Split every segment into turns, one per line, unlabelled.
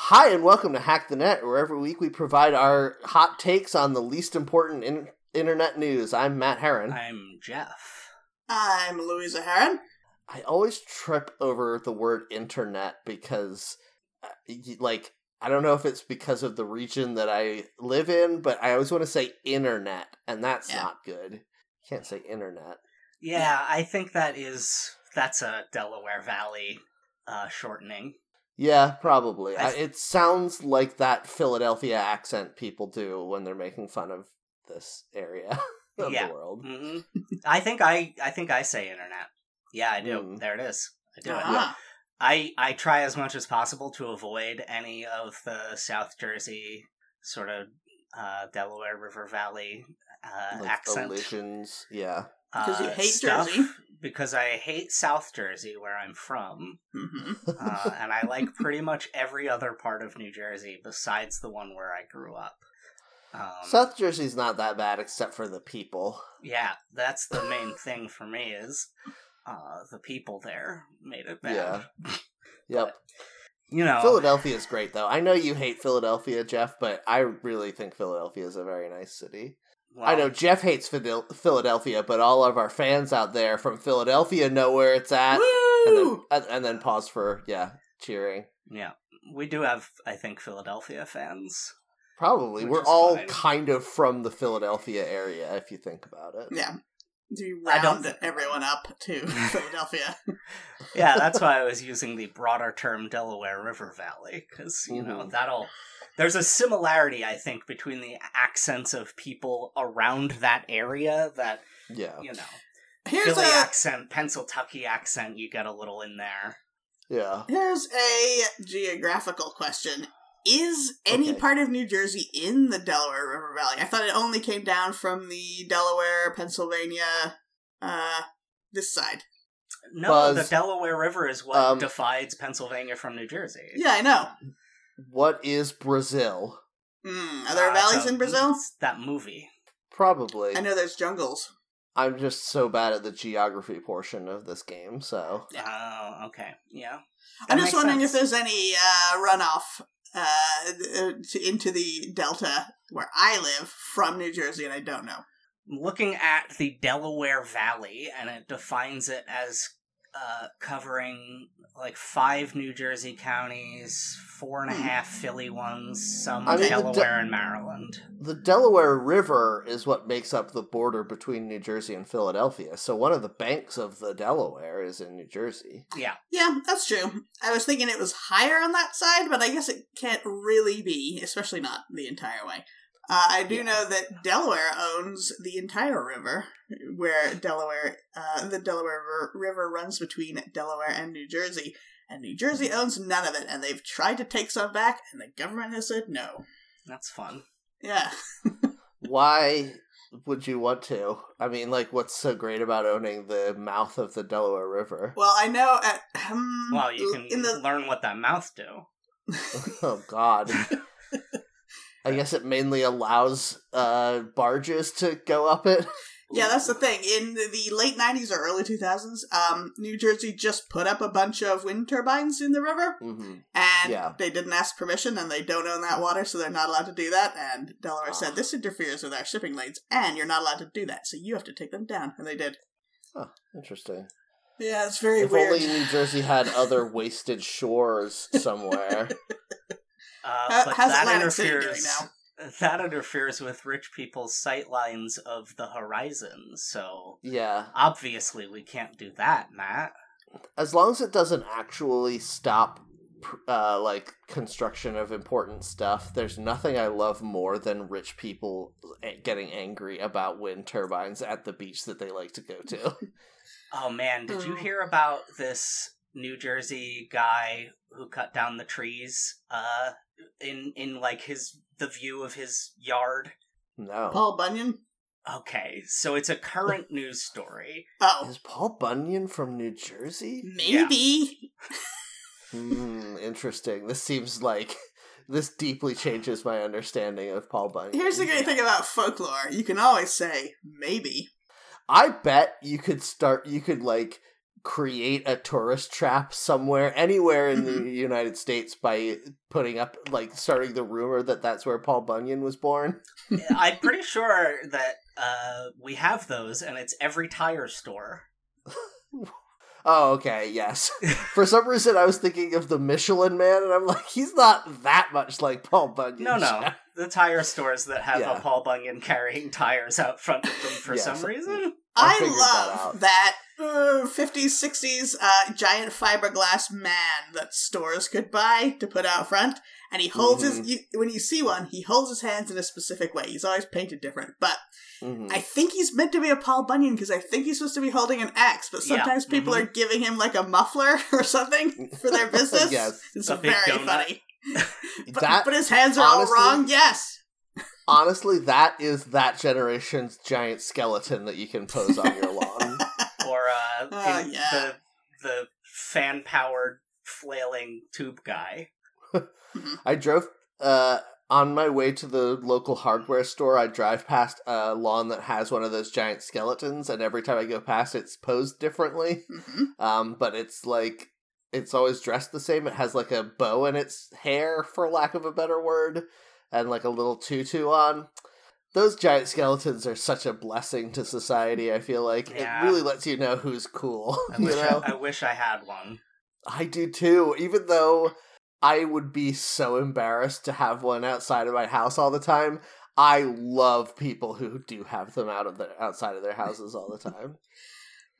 Hi, and welcome to Hack the Net, where every week we provide our hot takes on the least important in- internet news. I'm Matt Heron.
I'm Jeff.
I'm Louisa Heron.
I always trip over the word internet because, uh, y- like, I don't know if it's because of the region that I live in, but I always want to say internet, and that's
Yeah.
not good. You can't say internet.
Yeah, I think that is that's a Delaware Valley uh, shortening.
Yeah, probably.
I-
I, it sounds like that Philadelphia accent people do when they're making fun of this area of
Yeah.
the world.
Mm-hmm.
hmm I think I I think I say internet. Yeah, I do.
Mm.
There it is. I do it.
Ah,
I I try as much as possible to avoid any of the South Jersey sort of uh, Delaware River Valley uh,
like
accent.
elisions. Yeah.
Because you
uh,
hate
stuff,
Jersey.
Because I hate South Jersey, where I'm from.
mhm.
uh, and I like pretty much every other part of New Jersey besides the one where I grew up. Um,
South Jersey's not that bad except for the people.
yeah, that's the main thing for me is uh, the people there made it bad.
Yep.
You know,
Philadelphia is great though. I know you hate Philadelphia, Jeff, but I really think Philadelphia is a very nice city.
well,
I know Jeff hates Fidel- Philadelphia, but all of our fans out there from Philadelphia know where it's at. Uh, And then,
Woo!
and, and then pause for yeah, cheering.
Yeah, we do have, I think, Philadelphia fans.
Probably.
Which
We're
is
all
fine.
kind of from the Philadelphia area if you think about it.
Yeah. Do you
I don't
round
think-
everyone up to Philadelphia?
Yeah, that's why I was using the broader term Delaware River Valley because you know
Mhm.
that'll. There's a similarity, I think, between the accents of people around that area that
Yeah.
you know
Here's
Philly
a
accent, Pennsylvania accent, you get a little in there.
Yeah.
here's a geographical question. Is any
Okay.
part of New Jersey in the Delaware River Valley? I thought it only came down from the Delaware, Pennsylvania, uh, this side.
No,
Buzz.
the Delaware River is what
Um,
divides Pennsylvania from New Jersey.
Yeah, I know.
What is Brazil?
Mm, are there
Uh,
valleys
so
in Brazil?
it's That movie.
Probably.
I know there's jungles.
I'm just so bad at the geography portion of this game, so
Oh, okay. Yeah. That
I'm just
makes
wondering if
sense.
there's any uh, runoff uh, to, into the delta where I live from New Jersey, and I don't know.
Looking at the Delaware Valley, and it defines it as uh, covering like five New Jersey counties, four and a half
Hmm.
Philly ones, some
I mean, the
Delaware
Del-
and Maryland.
the Delaware River is what makes up the border between New Jersey and Philadelphia. So one of the banks of the Delaware is in New Jersey.
Yeah, that's true. I was thinking it was higher on that side, but I guess it can't really be, especially not the entire way. Uh, I do
Yeah.
know that Delaware owns the entire river, where Delaware, uh, the Delaware River- River runs between Delaware and New Jersey, and New Jersey
Mm-hmm.
owns none of it, and they've tried to take some back, and the government has said no.
That's fun.
Yeah.
Why would you want to? I mean, like what's so great about owning the mouth of the Delaware River?
Well, I know at um,
Well, you can
in the
learn what that mouth do.
oh god. I guess it mainly allows uh barges to go up it.
yeah, that's the thing. In the late '90s or early 2000s, um, New Jersey just put up a bunch of wind turbines in the river,
Mm-hmm.
and
Yeah.
they didn't ask permission, and they don't own that water, so they're not allowed to do that. And Delaware
Ah.
said this interferes with our shipping lanes, and you're not allowed to do that, so you have to take them down, and they did.
Interesting.
Yeah, it's very
if
weird.
only New Jersey had other wasted shores somewhere.
Uh,
How-
but
how's
that
Atlantic City doing
interferes that interferes with rich people's sight lines of the horizon. So
yeah.
obviously we can't do that, Matt.
as long as it doesn't actually stop pr- uh, like construction of important stuff there's nothing i love more than rich people a- getting angry about wind turbines at the beach that they like to go to
Oh man, did you
Mm.
hear about this New Jersey guy who cut down the trees uh in in like his the view of his yard?
no
Paul Bunyan.
Okay, so it's a current news story.
Oh,
is paul bunyan from new jersey
maybe.
hmm interesting this seems like this deeply changes my understanding of paul bunyan
Here's the great thing about folklore: you can always say maybe.
I bet you could start you could like create a tourist trap somewhere anywhere in
Mm-hmm.
the United States by putting up like starting the rumor that that's where Paul Bunyan was born.
I'm pretty sure that uh, we have those, and it's every tire store.
Oh, okay, yes. For some reason, I was thinking of the Michelin Man, and I'm like, he's not that much like Paul Bunyan.
No, no, the tire stores that have
Yeah.
a Paul Bunyan carrying tires out front of them for
Yeah,
some
so-
reason.
I
I
figured that
love
out.
that, uh, 50s, 60s uh, giant fiberglass man that stores could buy to put out front. And he holds
Mm-hmm.
his, you, when you see one, he holds his hands in a specific way. He's always painted different. But
Mhm.
I think he's meant to be a Paul Bunyan because I think he's supposed to be holding an axe, but
Yeah,
sometimes people
Mm-hmm.
are giving him like a muffler or something for their business.
Yes.
It's
A
very
big donut.
funny. But,
that
but his hands are
honestly-
all wrong. Yes.
honestly, that is that generation's giant skeleton that you can pose on your lawn.
or uh,
Oh,
in
yeah.
the the fan powered flailing tube guy.
I drove uh, on my way to the local hardware store. I drive past a lawn that has one of those giant skeletons, and every time I go past, it's posed differently.
hmm
Um, but it's like it's always dressed the same. It has like a bow in its hair, for lack of a better word, and like a little tutu on. Those giant skeletons are such a blessing to society. I feel like
Yeah.
it really lets you know who's cool.
I
You
wish
know,
I, I wish I had one.
I do too, even though I would be so embarrassed to have one outside of my house all the time. I love people who do have them out of their outside of their houses all the time.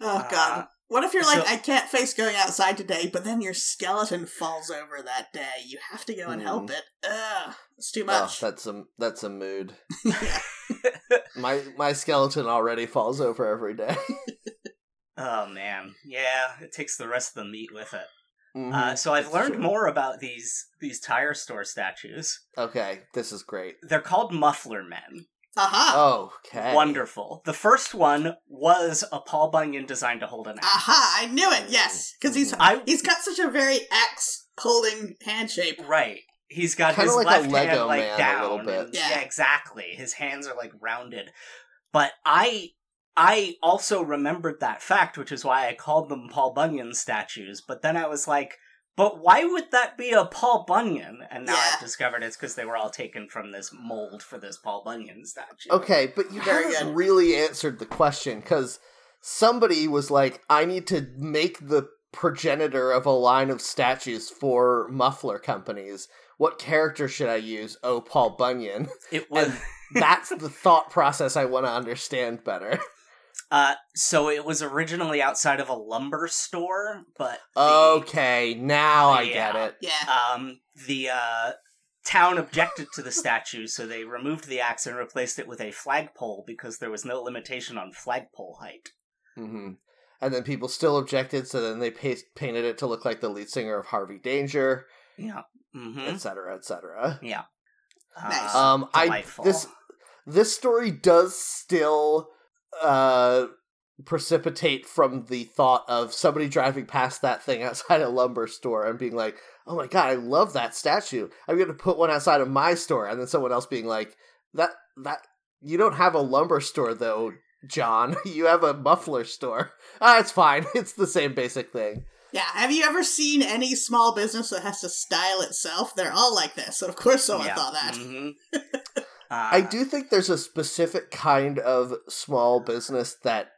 Oh,
Uh,
God. What if you're like,
so-
I can't face going outside today, but then your skeleton falls over that day? You have to go and
Hmm.
help it. Ugh. It's too
Oh,
much.
that's a that's a mood.
Yeah.
My my skeleton already falls over every day.
Oh man, yeah, it takes the rest of the meat with it.
Mm,
Mhm.
Uh, so I've
Sure.
learned more about these these tire store statues.
okay, this is great.
They're called muffler men. Oh.
Aha.
Okay,
Wonderful. The first one was a Paul Bunyan designed to hold an axe.
Aha. I knew it. Yes. Because he's,
I
he's got such a very axe holding hand shape.
right. He's got
Kinda
his
like a
left hand
Lego
like
man a
down.
little bit.
and-
Yeah.
yeah, exactly. His hands are like rounded. But I I also remembered that fact, which is why I called them Paul Bunyan statues. But then I was like, but why would that be a Paul Bunyan? And now
Yeah.
I've discovered it's because they were all taken from this mold for this Paul Bunyan statue.
Okay, but you
Very
haven't
good.
really answered the question because somebody was like, "I need to make the progenitor of a line of statues for muffler companies. What character should I use? Oh, Paul Bunyan."
It was
That's the thought process I want to understand better.
Uh, so it was originally outside of a lumber store, but the,
Oh, Okay, now I get
Yeah.
it.
Yeah.
um, the uh, town objected to the statue, so they removed the axe and replaced it with a flagpole because there was no limitation on flagpole height.
hmm And then people still objected, so then they paste, painted it to look like the lead singer of Harvey Danger,
Yeah. Mm-hmm. Uh,
etc., etc.
Nice.
Um, I
delightful.
this this story does still uh precipitate from the thought of somebody driving past that thing outside a lumber store and being like, "Oh my god, I love that statue. I'm going to put one outside of my store." And then someone else being like, "That that you don't have a lumber store though, John. You have a muffler store." Ah, it's fine. It's the same basic thing.
Yeah, have you ever seen any small business that has to style itself? They're all like this. Of course, someone
Yeah.
thought that.
Mhm. Uh,
I do think there's a specific kind of small business that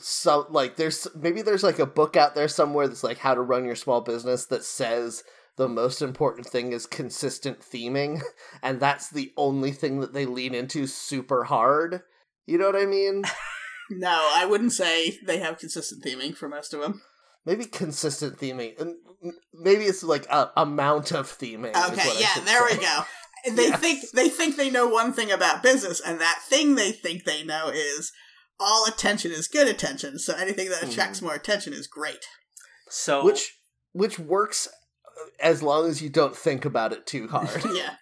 some like there's maybe there's like a book out there somewhere that's like how to run your small business that says the most important thing is consistent theming and that's the only thing that they lean into super hard. You know what I mean?
No, I wouldn't say they have consistent theming for most of them.
Maybe consistent theming and m- maybe it's like a amount of theming. is
Okay,
what I
yeah,
should
there
say.
we go. They
Yes.
think they think they know one thing about business, and that thing they think they know is all attention is good attention. So anything that attracts
Mm-hmm.
more attention is great.
so
Which which works uh, as long as you don't think about it too hard.
yeah,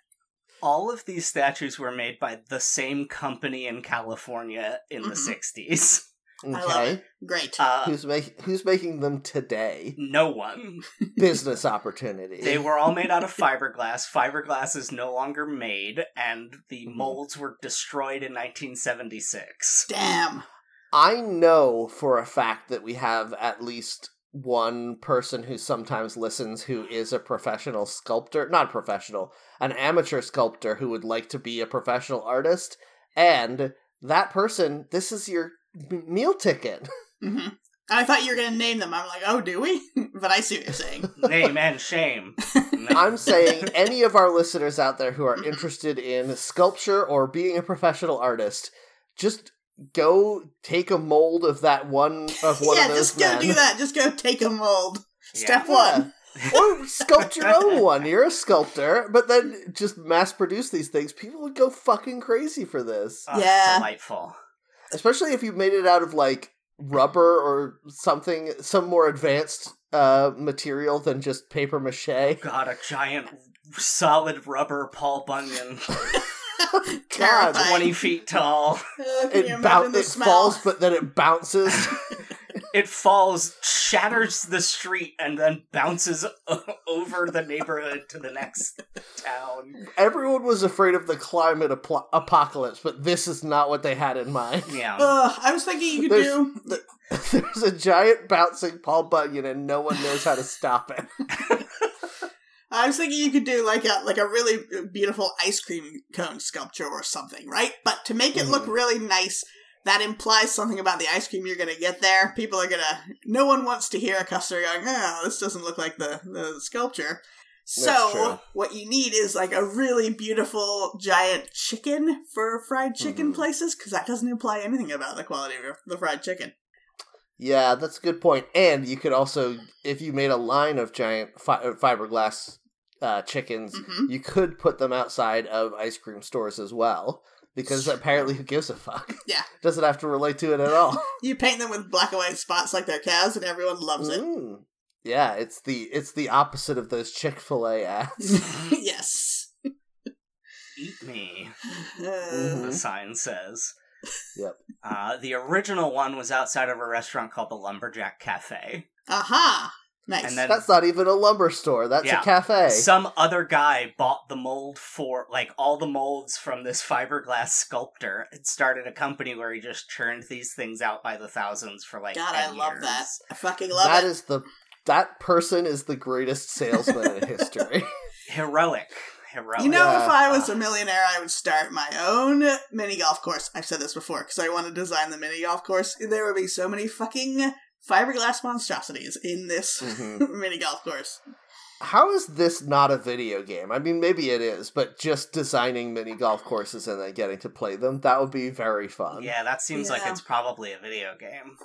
all of these statues were made by the same company in California in the
Mhm.
sixties.
love
Okay.
great.
Uh,
who's making who's making them today
no one.
business opportunity
They were all made out of fiberglass. Fiberglass is no longer made, and the
Mhm.
molds were destroyed in 1976.
Damn.
i know for a fact that we have at least one person who sometimes listens who is a professional sculptor, not professional, an amateur sculptor who would like to be a professional artist. And that person, this is your m- meal ticket.
hmm I thought you were going to name them. I'm like, oh, do we? but I see what you're saying.
Name and shame.
I'm saying any of our listeners out there who are interested in sculpture or being a professional artist, just go take a mold of that one of one
yeah,
of those
just go
men.
do that. Just go take a mold.
Yeah.
Step
Yeah.
one.
or sculpt your own one. You're a sculptor, but then just mass produce these things. People would go fucking crazy for this,
Ah,
Yeah.
Delightful.
especially if you made it out of like rubber or something, some more advanced uh, material than just paper mache.
God, a giant solid rubber Paul Bunyan,
Terrifying.
20 feet tall.
Oh, can you
It,
imagine
bou-
the
it
smell?
falls, but then it bounces.
It falls, shatters the street, and then bounces o- over the neighborhood to the next town.
Everyone was afraid of the climate apl- apocalypse, but this is not what they had in mind.
Yeah.
Ugh, I was thinking you could
There's-
do.
There's a giant bouncing Paul Bunyan, and no one knows how to stop it.
I was thinking you could do like a like a really beautiful ice cream cone sculpture or something, right? But to make it look really nice, that implies something about the ice cream you're gonna get there. People are gonna. No one wants to hear a customer going, "Oh, this doesn't look like the the sculpture."
true.
So what you need is like a really beautiful giant chicken for fried chicken
Mhm.
places because that doesn't imply anything about the quality of the fried chicken.
Yeah, that's a good point. And you could also, if you made a line of giant fi- uh, fiberglass uh, chickens,
hmm
you could put them outside of ice cream stores as well. Because apparently, who gives a fuck?
Yeah.
doesn't have to relate to it at all.
You paint them with black and white spots like they're cows, and everyone loves it.
Mm. Yeah, it's the it's the opposite of those Chick Fil A ads.
yes.
Eat me,
Uh,
the sign says.
Mm-hmm. Yep.
Uh, the original one was outside of a restaurant called the Lumberjack Cafe.
aha! Nice.
And then-
That's not even a lumber store. That's
Yeah.
a cafe.
Some other guy bought the mold for like all the molds from this fiberglass sculptor and started a company where he just churned these things out by the thousands for like
God,
10
I love that.
years.
I fucking love
That
it.
is the that person is the greatest salesman in history.
Heroic. Heroic.
you know,
yeah.
if I was a millionaire, I would start my own mini golf course. I've said this before because I want to design the mini golf course. There would be so many fucking fiberglass monstrosities in this
Mhm.
mini golf course.
How is this not a video game? I mean, maybe it is, but just designing mini golf courses and then getting to play them, that would be very fun.
Yeah, that seems like
Yeah.
it's probably a video game.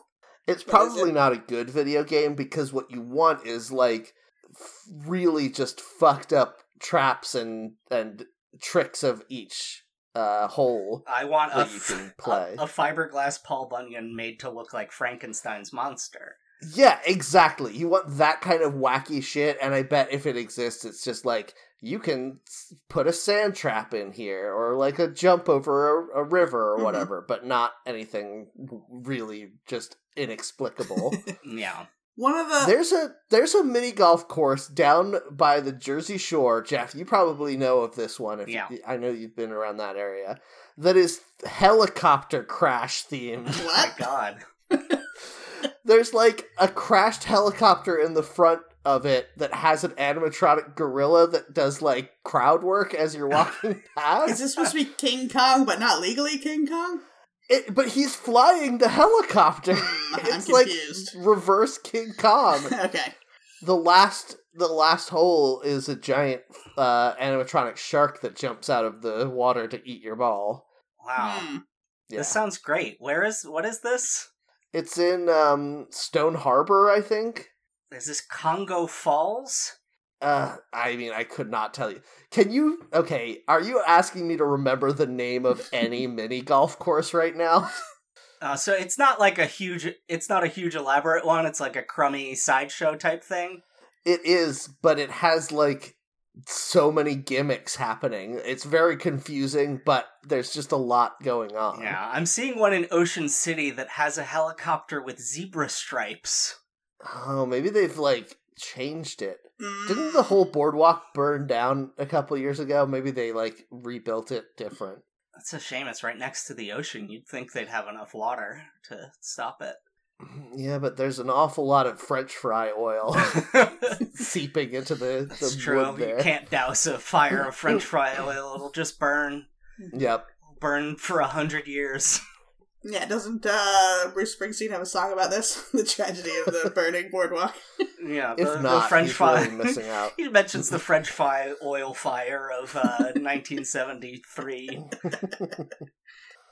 It's
But is
probably
it-
not a good video game because what you want is like f- really just fucked up traps and and tricks of each uh hole.
I want a,
That you
f-
can play.
a, a fiberglass Paul Bunyan made to look like Frankenstein's monster.
Yeah, exactly. You want that kind of wacky shit and I bet if it exists it's just like you can s- put a sand trap in here or like a jump over a, a river or
Mm-hmm.
Mhm.
whatever, but not anything w- really just inexplicable.
Yeah.
One of the
there's a there's a mini golf course down by the Jersey Shore, Jeff. You probably know of this one. If
Yeah.
you, I know you've been around that area. That is helicopter crash themed.
My
what?
God.
There's like a crashed helicopter in the front of it that has an animatronic gorilla that does like crowd work as you're walking
Is
past.
this supposed to be King Kong, but not legally King Kong?
It, but he's flying the helicopter.
Hmm, I'm
It's like
confused.
reverse King Kong.
okay.
the last the last hole is a giant uh, animatronic shark that jumps out of the water to eat your ball.
Wow.
Hmm.
Yeah.
This sounds great. Where is what is this?
it's in um, Stone Harbor, I think.
Is this Congo Falls?
Uh, I mean, I could not tell you. Can you? Okay, are you asking me to remember the name of any mini golf course right now?
Uh, so it's not like a huge, it's not a huge elaborate one. It's like a crummy sideshow type thing.
It is, but it has like so many gimmicks happening. It's very confusing, but there's just a lot going on.
Yeah, I'm seeing one in Ocean City that has a helicopter with zebra stripes.
Oh, maybe they've like changed it.
Hmm.
Didn't the whole boardwalk burn down a couple years ago? Maybe they like rebuilt it different.
That's a shame. It's right next to the ocean. You'd think they'd have enough water to stop it.
Yeah, but there's an awful lot of French fry oil seeping into the,
That's
the
true.
wood
You
there.
can't douse a fire of French fry oil. It'll just burn,
Yep.
burn for a hundred years.
Yeah, doesn't uh, Bruce Springsteen have a song about this? the tragedy of the burning boardwalk.
Yeah, the,
If
the
not,
French
he's
fry.
really missing out.
he mentions the French fry oil fire of uh, 1973.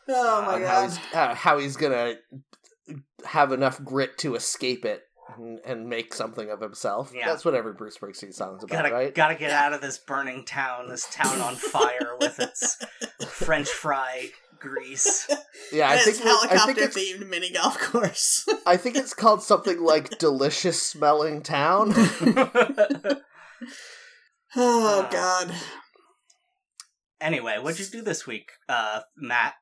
Oh my
on How
god.
he's, uh, how he's gonna have enough grit to escape it and, and make something of himself.
Yeah.
That's what every Bruce Springsteen song's about,
Gotta
right?
gotta get out of this burning town. This town on fire with its French fry grease.
yeah, I
And
think,
it's
we- I think
helicopter
it's
themed mini golf course.
I think it's called something like "Delicious Smelling Town."
oh
Ah.
god.
anyway, what'd you do this week, uh, Matt?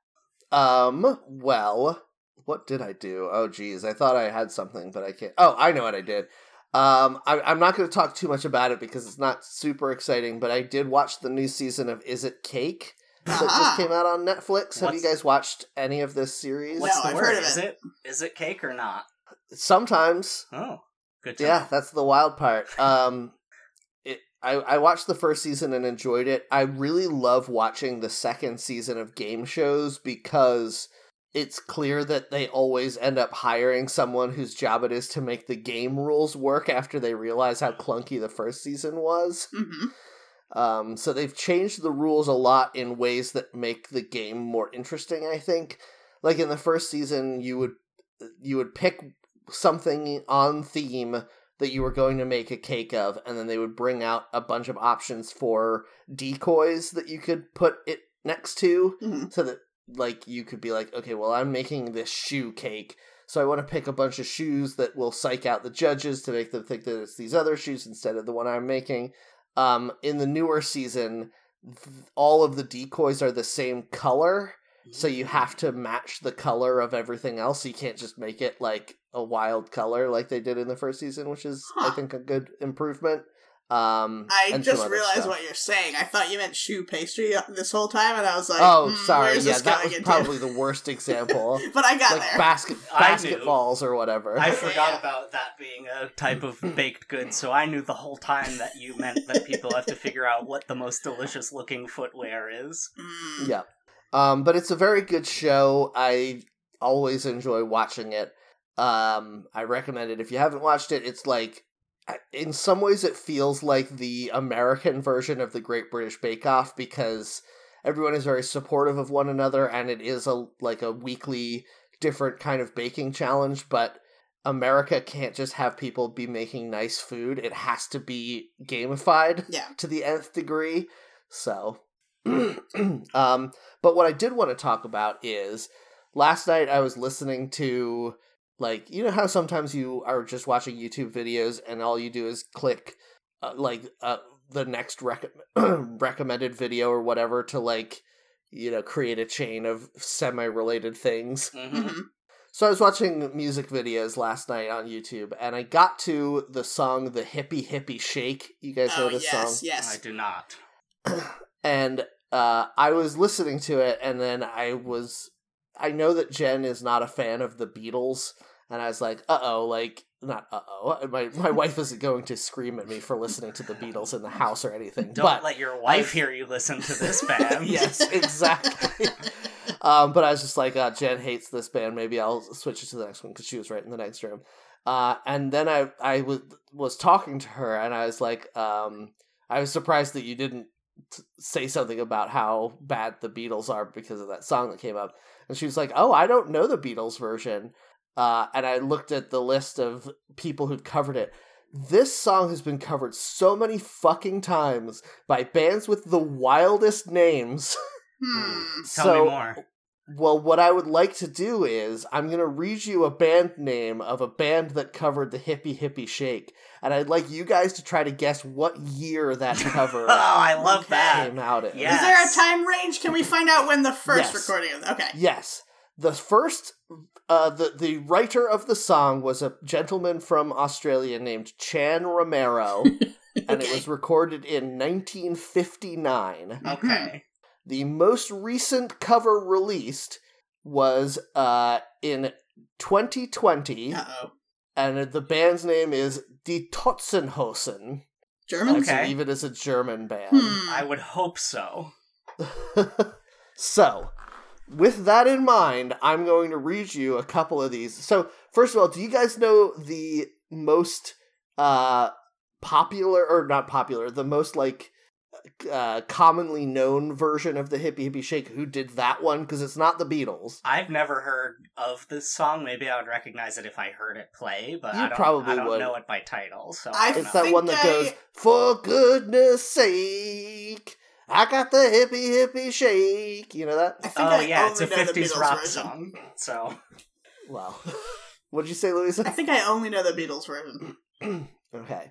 Um. Well, what did I do? Oh, geez, I thought I had something, but I can't. Oh, I know what I did. Um, I, I'm not going to talk too much about it because it's not super exciting. But I did watch the new season of Is It Cake that
Ah.
just came out on Netflix. Have you
What's-
guys watched any of this series?
What's
No,
the
I've
word?
heard of
Is
it.
it is it cake or not?
Sometimes,
Oh, good. To
yeah, that's the wild part. Um, it, I I watched the first season and enjoyed it. I really love watching the second season of game shows because it's clear that they always end up hiring someone whose job it is to make the game rules work after they realize how clunky the first season was.
hmm
Um, so they've changed the rules a lot in ways that make the game more interesting. I think, like in the first season, you would you would pick something on theme that you were going to make a cake of, and then they would bring out a bunch of options for decoys that you could put it next to,
hmm
so that like you could be like, okay, well, I'm making this shoe cake. So I want to pick a bunch of shoes that will psych out the judges to make them think that it's these other shoes instead of the one I'm making. Um, in the newer season, th- all of the decoys are the same color, so you have to match the color of everything else. You can't just make it like a wild color like they did in the first season, which is I
Huh.
think a good improvement. Um,
I
and some
just
other
realized
stuff.
what you're saying. I thought you meant shoe pastry this whole time, and I was like,
oh,
"Hmm,
sorry,
where's
yeah,
this
that
going
was
into?"
probably the worst example.
But I got
like
there.
basket
I
basketballs or whatever.
I
Yeah,
forgot
yeah.
about that being a type of baked good, so I knew the whole time that you meant that people have to figure out what the most delicious looking footwear is.
Mm.
yeah. Um, but it's a very good show. I always enjoy watching it. Um, I recommend it if you haven't watched it. It's like, in some ways, it feels like the American version of the Great British Bake Off because everyone is very supportive of one another, and it is a like a weekly different kind of baking challenge. But America can't just have people be making nice food; it has to be gamified
Yeah.
to the nth degree. So, um, but what I did want to talk about is last night I was listening to like you know how sometimes you are just watching YouTube videos and all you do is click uh, like uh, the next rec- recommended video or whatever to like you know create a chain of semi-related things.
hmm
Mhm.
So I was watching music videos last night on YouTube and I got to the song "The Hippie Hippie Shake." You guys know
Oh
this song?
yes,
I
yes.
do not.
and uh, I was listening to it, and then I was. I know that Jen is not a fan of the Beatles, and I was like, "Uh oh!" Like, not "uh oh." My my wife isn't going to scream at me for listening to the Beatles in the house or anything.
Don't
but
let your wife
I've-
hear you listen to this band.
yes, exactly. um, but I was just like, uh, Jen hates this band. Maybe I'll switch it to the next one because she was right in the next room. Uh, and then I I was was talking to her, and I was like, um, I was surprised that you didn't t- say something about how bad the Beatles are because of that song that came up. And she was like, Oh, I don't know the Beatles version. Uh, and I looked at the list of people who'd covered it. This song has been covered so many fucking times by bands with the wildest names.
Hmm.
Tell
so,
me more.
well, what I would like to do is I'm going to read you a band name of a band that covered the Hippie Hippie Shake. And I'd like you guys to try to guess what year that
Oh,
cover
I love that.
came out in.
Yeah.
Is there a
Yes.
time range? Can we find out when the first
Yes.
recording of Okay.
Yes. The first uh the the writer of the song was a gentleman from Australia named Chan Romero and it
Okay.
was recorded in 1959.
Okay.
The most recent cover released was uh in 2020,
Uh oh.
and the band's name is Die Totzenhosen.
Germans?
Okay.
Even as a German band.
Hmm.
Mm-hmm. I would hope so.
so, with that in mind, I'm going to read you a couple of these. So, first of all, do you guys know the most uh popular or not popular, the most like uh commonly known version of the hippie hippie shake who did that one because it's not the Beatles.
I've never heard of this song. Maybe I would recognize it if I heard it play, but
You
I don't,
probably
I don't
would.
know it by title. So
I
I don't
It's
know.
that one that
think
goes,
I-
For goodness sake, I got the hippie hippie shake. You know that?
I think
Oh
I
yeah, it's a
only know the
'50s
Beatles
rock
version.
song. So
Wow. What'd you say, Louisa?
I think I only know the Beatles version.
okay.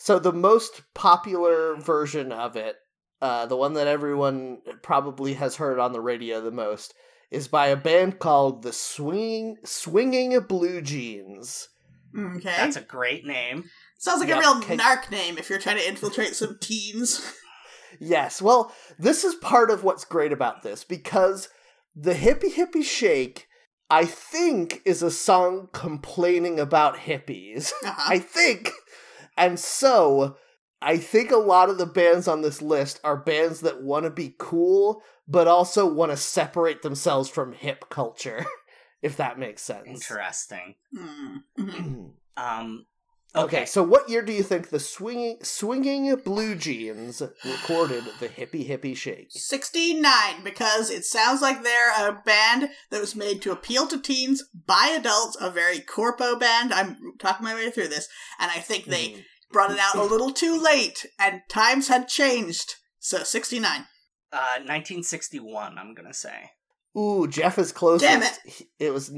So the most popular version of it, uh, the one that everyone probably has heard on the radio the most, is by a band called the Swinging Swinging Blue Jeans.
Okay.
that's a great name.
Sounds like
Yep.
a real
Can-
narc name if you're trying to infiltrate some teens.
Yes, well, this is part of what's great about this because the hippie hippie shake, I think, is a song complaining about hippies.
Uh-huh.
I think. And so, I think a lot of the bands on this list are bands that want to be cool, but also want to separate themselves from hip culture, if that makes sense.
Interesting.
Hmm. Mhm.
Um,
okay,
okay,
so what year do you think the swinging, swinging blue jeans recorded the hippie hippie shake?
69 because it sounds like they're a band that was made to appeal to teens by adults, a very corpo band. I'm talking my way through this, and I think they
Hmm.
Mhm.
brought it out a little too late, and times had changed. So 69.
uh, 1961. I'm gonna say.
Hmm. Ooh, Jeff is closest.
Damn it.
He- It was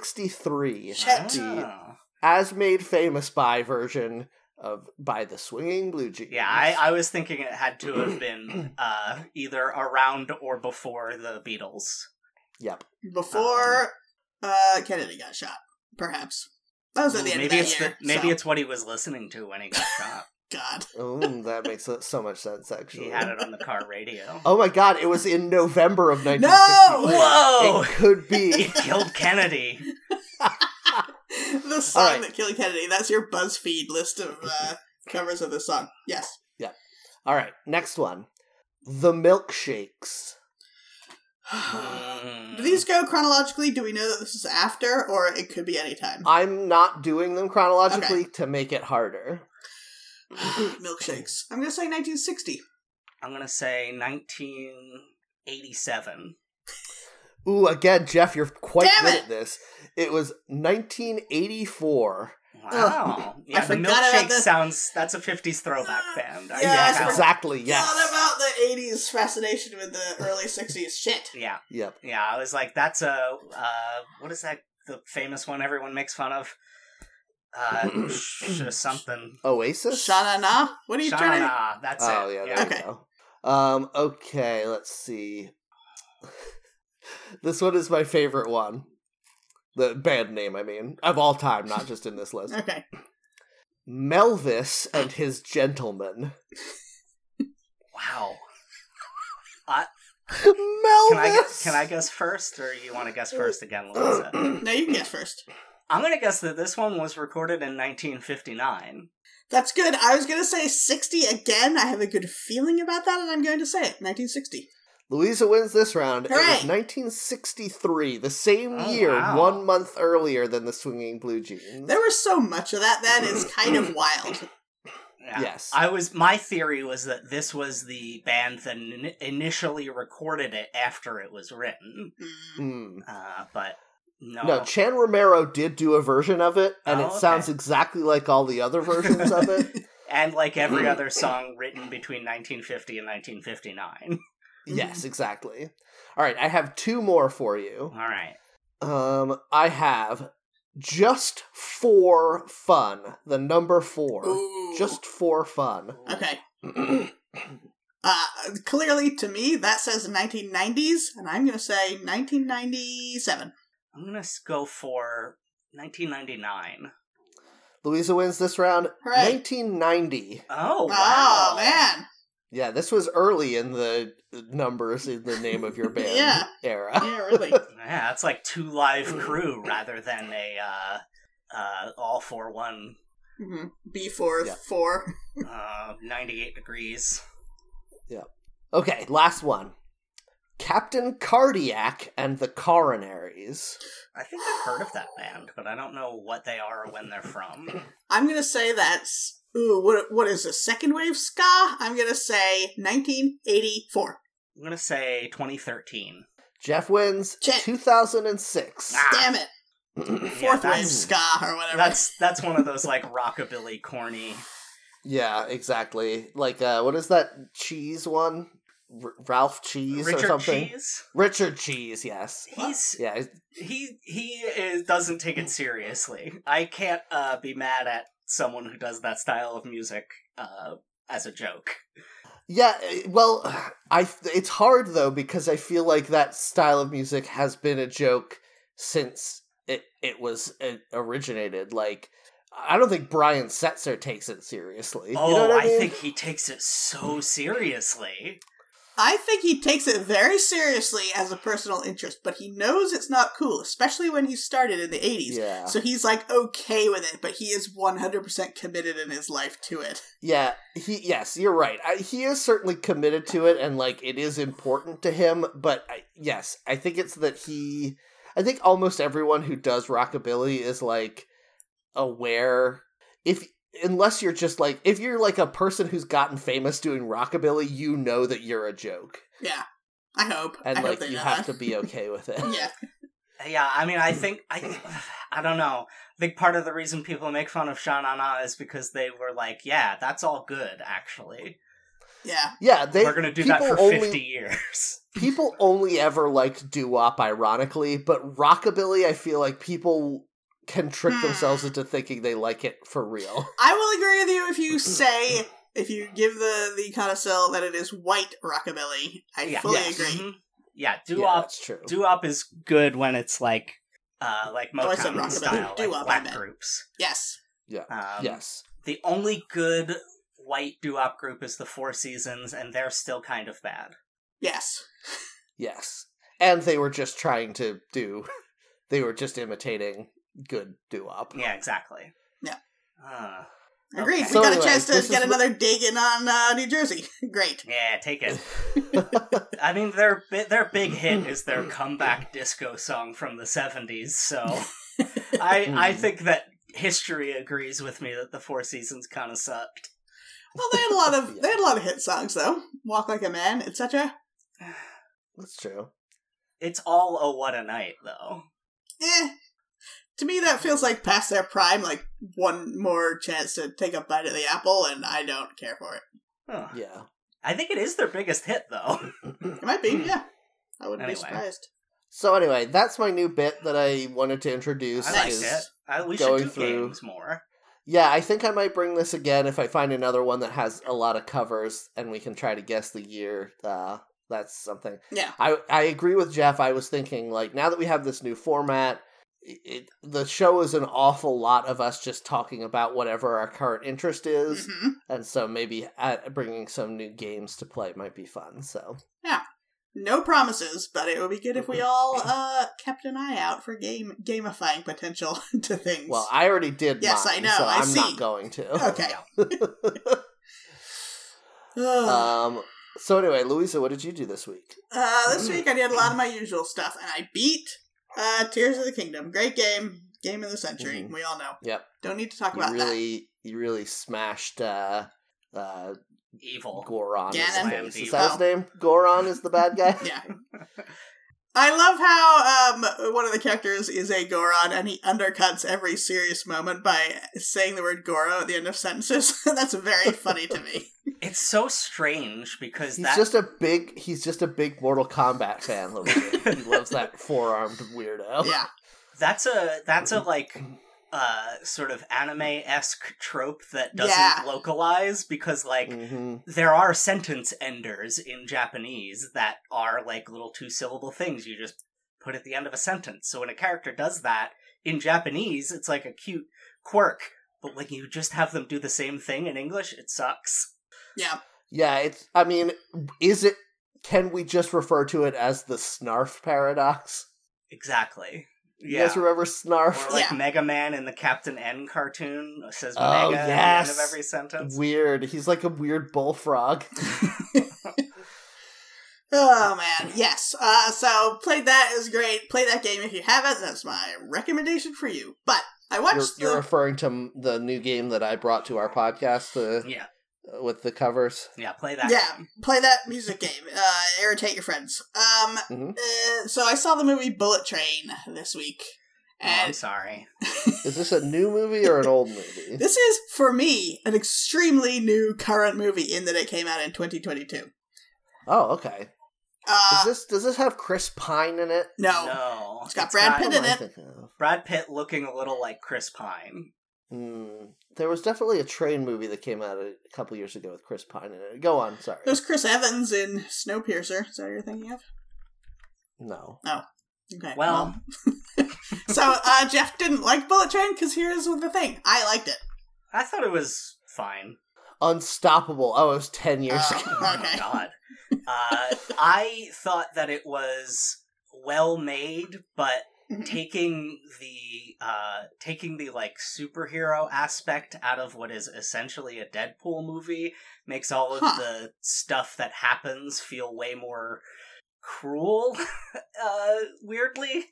1963.
Shit.
The
Oh.
as made famous by version of by the swinging blue jeans.
Yeah, I, I was thinking it had to have been uh, either around or before the Beatles.
Yep.
Before uh, Kennedy got shot, perhaps. That was at the end
Uh-huh. maybe
of
it's
that year.
the, maybe
so-
it's what he was listening to when he got shot.
God.
Oh, that makes so much sense actually.
he had it on the car radio.
Oh my god, it was in November of 1963.
Whoa!
It could
He
be.
killed Kennedy.
the song
Alright.
that killed Kennedy. That's your BuzzFeed list of uh, covers of the song. Yes.
All right, next one. The Milkshakes.
Mm.
Do these go chronologically? Do we know that this is after, or it could be any time?
I'm not doing them chronologically to make it harder.
Milkshakes. I'm gonna say 1960.
I'm gonna say 1987.
Ooh, again, Jeff, you're quite
Damn
good
it.
at this. It was 1984.
Wow. yeah, the
forgot about
milkshake
this.
sounds. That's a 50s throwback band. I
Yeah,
yes,
forgot.
exactly.
Not
Yes.
about the 80s fascination with the early 60s shit.
Yeah,
Yep.
yeah. I was like, that's a uh, what is that? The famous one everyone makes fun of. Uh, sh- something.
Oasis.
Sha-na-na? What are you trying to...
Shana. That's
oh
it.
yeah.
Yeah.
There
Okay.
okay. You go. Um. Okay. Let's see. this one is my favorite one. The band name, I mean, of all time, not just in this list.
Okay.
Melvis and his gentlemen.
Wow.
Melvis.
Can I guess, can I guess first, or you want to guess first again, Louisa?
No, you can guess first.
I'm gonna guess that this one was recorded in 1959.
That's good. I was gonna say 60 again. I have a good feeling about that, and I'm going to say it. 1960.
Louisa wins this round. It was
Hooray!
1963, the same
Oh,
year,
wow.
one month earlier than the Swinging Blue Jeans.
There was so much of that then, it's kind of wild.
Yeah.
Yes.
I was. My theory was that this was the band that in- initially recorded it after it was written,
Mm.
Mm.
uh, but no.
No, Chan Romero did do a version of it, and
Oh,
it
okay.
sounds exactly like all the other versions of it.
and like every other song written between 1950 and 1959.
Mm-hmm.
yes, exactly. All right, I have two more for you.
All right.
Uh-huh.
Um, I have just for fun, the number four,
Ooh.
just for fun.
Okay. Uh, clearly, to me, that says 1990s, and I'm going to say 1997.
I'm gonna s- go for 1999.
Louisa wins this round.
Hooray.
1990.
Oh wow!
Oh, man.
Yeah, this was early in the uh, numbers in the name of your band
Yeah.
era.
Yeah, really.
Yeah, it's like two live crew rather than a uh, uh, all for one
hmm B4,
Yeah.
4.
uh, 98 degrees.
Okay, last one. Captain Cardiac and the Coronaries.
I think I've heard of that band, but I don't know what they are or when they're from.
I'm going to say that's. Ooh, what, what is this? Second wave ska? I'm going to say 1984.
I'm gonna say 2013.
Jeff wins
Check.
2006.
Ah.
Damn it. Fourth wave
that's-
ska or whatever.
That's that's one of those like rockabilly corny.
yeah, exactly. Like, uh, what is that cheese one? R- Ralph Cheese or
Richard
something?
Cheese.
Richard Cheese, yes.
He's
Yeah, it's-
he he is, doesn't take it seriously. I can't uh, be mad at someone who does that style of music uh, as a joke.
Yeah, eh, well, I it's hard though because I feel like that style of music has been a joke since it it was it originated. Like, I don't think Brian Setzer takes it seriously.
Oh,
you know what I,
I,
mean?
think he takes it so seriously.
I think he takes it very seriously as a personal interest, but he knows it's not cool, especially when he started in the 80s.
Yeah,
So he's like okay with it, but he is 100% committed in his life to it.
yeah, he yes, you're right. I, he is certainly committed to it, and like it is important to him. But I, yes, I think it's that he. I think almost everyone who does rockabilly is like aware if unless you're just like if you're like a person who's gotten famous doing rockabilly, you know that you're a joke,
Yeah. I hope.
and
I hope
like
they
you
know
have
that.
to be okay with it.
Yeah.
Yeah, I mean, I think I, I don't know. I think part of the reason people make fun of Sha Na Na is because they were like, "Yeah, that's all good. Actually,
Yeah.
Yeah, they
we're gonna do that
people
for
only-
fifty years."
people only ever liked doo-wop ironically but rockabilly i feel like people can trick
Hmm.
themselves into thinking they like it for real
I will agree with you if you say if you give the the codicil that it is white rockabilly. I
yeah,
fully
Yes. Mm-hmm.
agree.
Mhm. Yeah, doo
yeah,
wop.
that's true
doo wop is good when it's like, uh, like
Oh, I said
Motown
rockabilly.
style, like
Doo-wop, I
black
meant.
groups.
Yes.
Um,
yes
The only good white doo wop group is the Four Seasons, and they're still kind of bad.
Yes.
yes and they were just trying to do they were just imitating good doo-wop
Yeah, exactly.
Yeah.
Uh,
Agreed.
Okay.
We
So
got
anyway,
a chance
this
to
is
get
what-
another dig in on uh, New Jersey. Great.
yeah, take it. I mean, their bi- their big hit is their comeback disco song from the seventies. So I I
Mhm.
think that history agrees with me that the Four Seasons kind of sucked.
Well, they had a lot of
Yeah.
they had a lot of hit songs though. Walk like a man, etc.
that's true
It's all a what a night though.
Eh. To me, that feels like past their prime. Like one more chance to take a bite at the apple, and I don't care for it.
Huh.
yeah
I think it is their biggest hit though.
It might be.
Hmm.
Yeah. I wouldn't be
Anyway.
surprised.
so anyway that's my new bit that i wanted to introduce
I liked
is
it. I, we should
going
do
through-
games more.
Yeah, I think I might bring this again if I find another one that has a lot of covers and we can try to guess the year. Uh, that's something.
Yeah.
I I agree with Jeff. I was thinking like now that we have this new format, it, the show is an awful lot of us just talking about whatever our current interest is,
hmm
and so maybe uh bringing some new games to play might be fun. So
No promises, but it would be good if we all uh, kept an eye out for game gamifying potential to things.
well, I already did.
Yes,
mine,
I know,
So
I
am
see.
not going to.
okay. Ugh.
um. So anyway, Louisa, what did you do this week?
uh,
hmm.
this week I did a lot of my usual stuff, and I beat uh, Tears of the Kingdom. Great game, game of the century.
Mhm.
We all know.
Yep.
Don't need to talk
you
about
really you really smashed uh uh
Evil.
Goron is,
Ganon.
his face. Is that his name? Goron is the bad guy?
that. Yeah. I love how um, one of the characters is a Goron, and he undercuts every serious moment by saying the word Goro at the end of sentences. That's very funny to me.
It's so strange because
He's
that
just a big he's just a big Mortal Kombat fan, little kid. He loves that four armed weirdo.
Yeah.
that's a that's a like uh sort of anime esque trope that doesn't
Yeah.
localize because like
hmm
there are sentence enders in Japanese that are like little two syllable things you just put at the end of a sentence. So when a character does that in Japanese, it's like a cute quirk. But when you just have them do the same thing in English, it sucks.
Yeah.
Yeah, it's. I mean, is it? Can we just refer to it as the Snarf paradox?
Exactly.
You
Yeah.
guys remember Snarf?
Or like
Yeah.
Mega Man in the Captain N cartoon says
Oh,
Mega at the end of
yes.
every sentence.
Weird. He's like a weird bullfrog.
Oh man, yes. Uh, so played that is great. Play that game if you haven't. That's my recommendation for you. But I
You're,
watched
you're
the
referring to m- the new game that I brought to our podcast uh,
Yeah,
with the covers.
yeah, play that.
Yeah.
game.
play that music game. Uh, irritate your friends. Um,
Mhm.
uh, so I saw the movie Bullet Train this week,
Oh, I'm
and
sorry.
Is this a new movie or an old movie?
this is for me an extremely new current movie in that it came out in 2022.
Oh, okay. Is
Uh,
this does this have Chris Pine in it?
no,
No,
It's got Brad
What
Pitt
am
in
I
it.
thinking of?
Brad Pitt looking a little like Chris Pine.
Mm, there was definitely a train movie that came out a couple years ago with Chris Pine in it. Go on, sorry.
there's Chris Evans in Snowpiercer. Is that what you're thinking of?
No.
Okay. Um,
Well,
so uh, Jeff didn't like Bullet Train because here's the thing: I liked it.
I thought it was fine.
Unstoppable. Oh, it was 10 years
Oh.
ago.
Oh my
Okay.
god. Uh, I thought that it was well made, but
Mm-hmm.
taking the uh, taking the like superhero aspect out of what is essentially a Deadpool movie makes all of
Huh.
the stuff that happens feel way more cruel. uh, weirdly,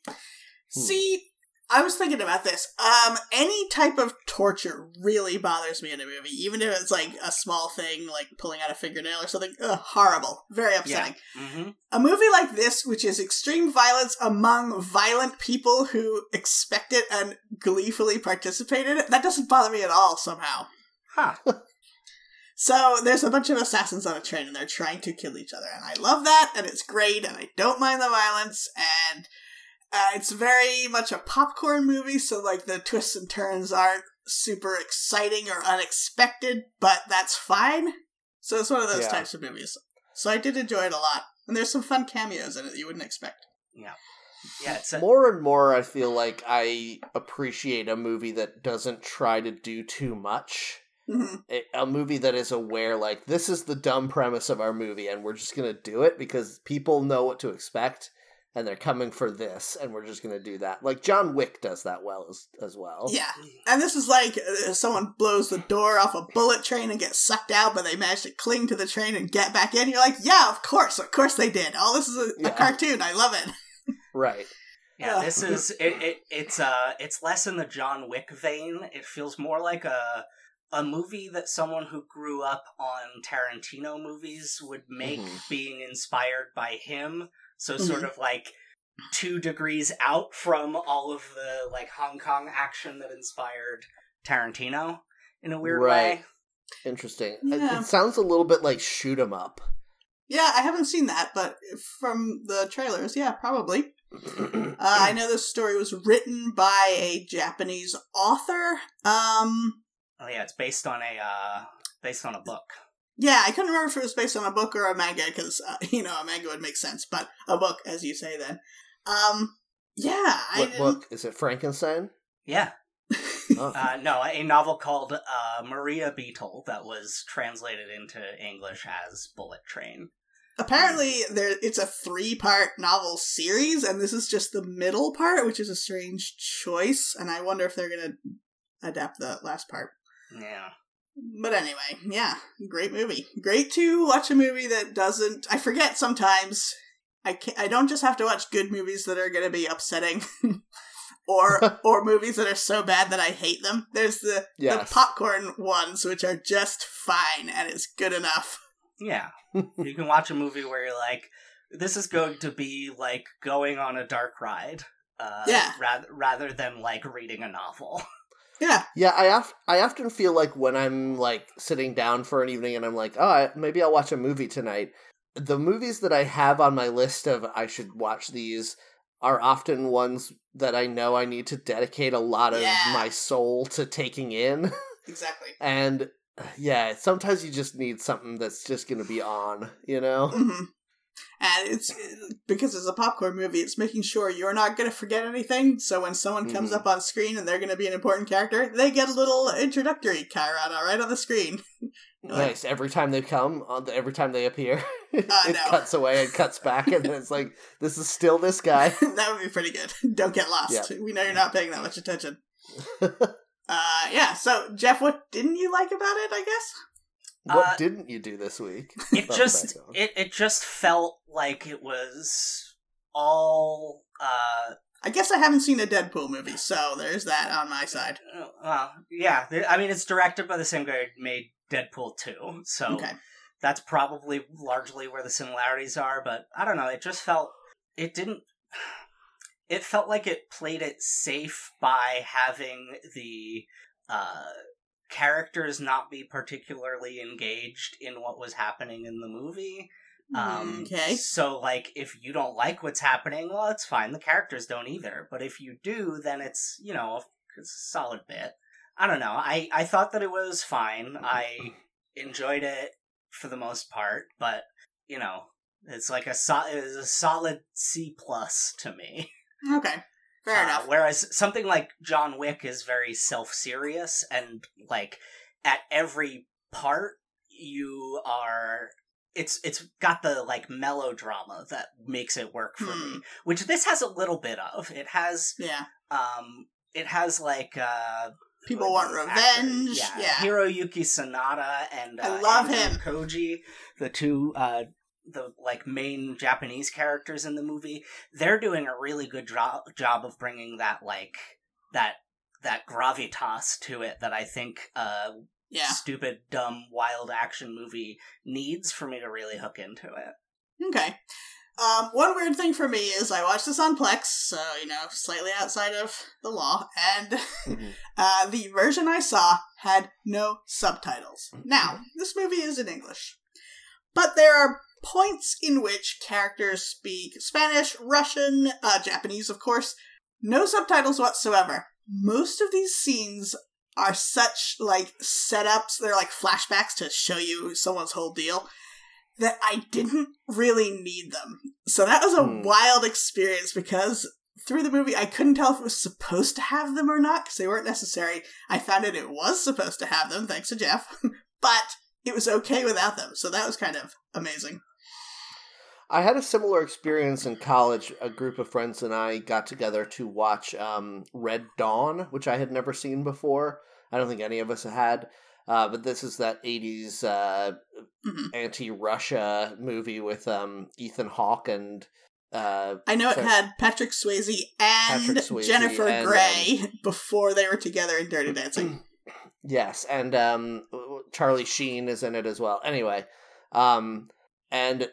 Hmm.
See, I was thinking about this. Um, any type of torture really bothers me in a movie, even if it's like a small thing, like pulling out a fingernail or something. Ugh, horrible, very upsetting.
hmm
A movie like this, which is extreme violence among violent people who expect it and gleefully participate in it, that doesn't bother me at all. Somehow.
huh?
So there's a bunch of assassins on a train and they're trying to kill each other, and I love that, and it's great, and I don't mind the violence, and uh, it's very much a popcorn movie, so like the twists and turns aren't super exciting or unexpected, but that's fine. So it's one of those
Yeah.
types of movies. So I did enjoy it a lot, and there's some fun cameos in it that you wouldn't expect.
Yeah, it's a,
More and more, I feel like I appreciate a movie that doesn't try to do too much.
hmm
A- A movie that is aware, like, this is the dumb premise of our movie, and we're just going to do it because people know what to expect, and they're coming for this, and we're just going to do that. Like, John Wick does that well as, as well.
Yeah, and this is like uh, someone blows the door off a bullet train and gets sucked out, but they manage to cling to the train and get back in. You're like, yeah, of course, of course they did. All this is a, a
Yeah.
cartoon. I love it.
Right.
yeah.
Ugh.
This is it, it. It's uh, it's less in the John Wick vein. It feels more like a a movie that someone who grew up on Tarantino movies would make,
Mhm.
being inspired by him. So sort of like two degrees out from all of the like Hong Kong action that inspired Tarantino in a weird
Right.
way.
Interesting. It-
Yeah.
It sounds a little bit like shoot 'em up.
Yeah, I haven't seen that, but from the trailers, yeah, probably. Uh, I know this story was written by a Japanese author. Um,
Oh yeah, it's based on a uh, based on a book.
yeah, I couldn't remember if it was based on a book or a manga because uh, you know a manga would make sense, but a book, as you say, then. Um, yeah, I
what
didn't-
book is it? Frankenstein.
Yeah,
Oh.
Uh, no, a novel called uh, Maria Beetle that was translated into English as Bullet Train.
Apparently, there it's a three-part novel series, and this is just the middle part, which is a strange choice. And I wonder if they're gonna adapt the last part.
Yeah.
But anyway, yeah, great movie. Great to watch a movie that doesn't. I forget sometimes. I can not I don't just have to watch good movies that are gonna be upsetting, or or movies that are so bad that I hate them. There's the
Yes.
the popcorn ones, which are just fine, and it's good enough.
Yeah. you can watch a movie where you're like, this is going to be like going on a dark ride. Uh,
Yeah.
Rather, rather than like reading a novel.
Yeah,
yeah, I of- I often feel like when I'm like sitting down for an evening and I'm like, oh, I- maybe I'll watch a movie tonight. The movies that I have on my list of I should watch these are often ones that I know I need to dedicate a lot of
Yeah.
my soul to taking in,
exactly.
and yeah, sometimes you just need something that's just going to be on, you know.
hmm And it's because it's a popcorn movie, it's making sure you're not going to forget anything. So when someone comes
Mhm.
up on screen and they're going to be an important character, they get a little introductory Kairana right on the screen. You're like,
Nice. Every time they come, on the, every time they appear, it
no.
cuts away and cuts back, and then it's like this is still this guy.
that would be pretty good. Don't get lost. We know you're not paying that much attention. uh, yeah. So Jeff, what didn't you like about it? I guess.
What
Uh,
didn't you do this week?
it
Oh
Not
just
back on.
it, it just felt like it was all uh
I guess I haven't seen a Deadpool movie, so there's that on my side.
uh, well yeah th- i mean it's directed by the same guy who made deadpool 2 so
Okay.
that's probably largely where the similarities are but i don't know it just felt it didn't it felt like it played it safe by having the uh characters not be particularly engaged in what was happening in the movie Um,
okay.
So, like, if you don't like what's happening, well, it's fine. The characters don't either. But if you do, then it's you know a, it's a solid bit. I don't know. I I thought that it was fine. I enjoyed it for the most part, but you know, it's like a so- it was a solid C plus to me.
Okay. Fair
Uh,
enough.
Whereas something like John Wick is very self serious and like at every part you are it's it's got the like melodrama that makes it work for
Hmm.
me, which this has a little bit of. It has
Yeah.
um it has like uh
People want
actor-
revenge. Yeah.
Hiroyuki Sanada and uh,
I love
Andrew
him.
Koji, the two uh the like main Japanese characters in the movie. They're doing a really good job job of bringing that like that that gravitas to it that I think uh
Yeah.
stupid dumb wild action movie needs for me to really hook into it.
Okay. Um, one weird thing for me is I watched this on Plex, so you know, slightly outside of the law, and
Mhm.
uh, the version I saw had no subtitles. Now, this movie is in English, but there are points in which characters speak Spanish, Russian, uh, Japanese, of course, no subtitles whatsoever. Most of these scenes are such like setups, they're like flashbacks to show you someone's whole deal that I didn't really need them. So that was a
Hmm.
wild experience because through the movie I couldn't tell if it was supposed to have them or not because they weren't necessary. I found out it was supposed to have them thanks to Jeff, but it was okay without them. So that was kind of amazing.
I had a similar experience in college. A group of friends and I got together to watch um, Red Dawn, which I had never seen before. I don't think any of us had. Uh, but this is that 80s uh,
Mhm.
anti Russia movie with um, Ethan Hawke and. Uh,
I know it
So-
had Patrick Swayze and
Patrick Swayze
Jennifer
and, um,
Grey before they were together in Dirty Dancing.
yes, and um, Charlie Sheen is in it as well. Anyway, um, and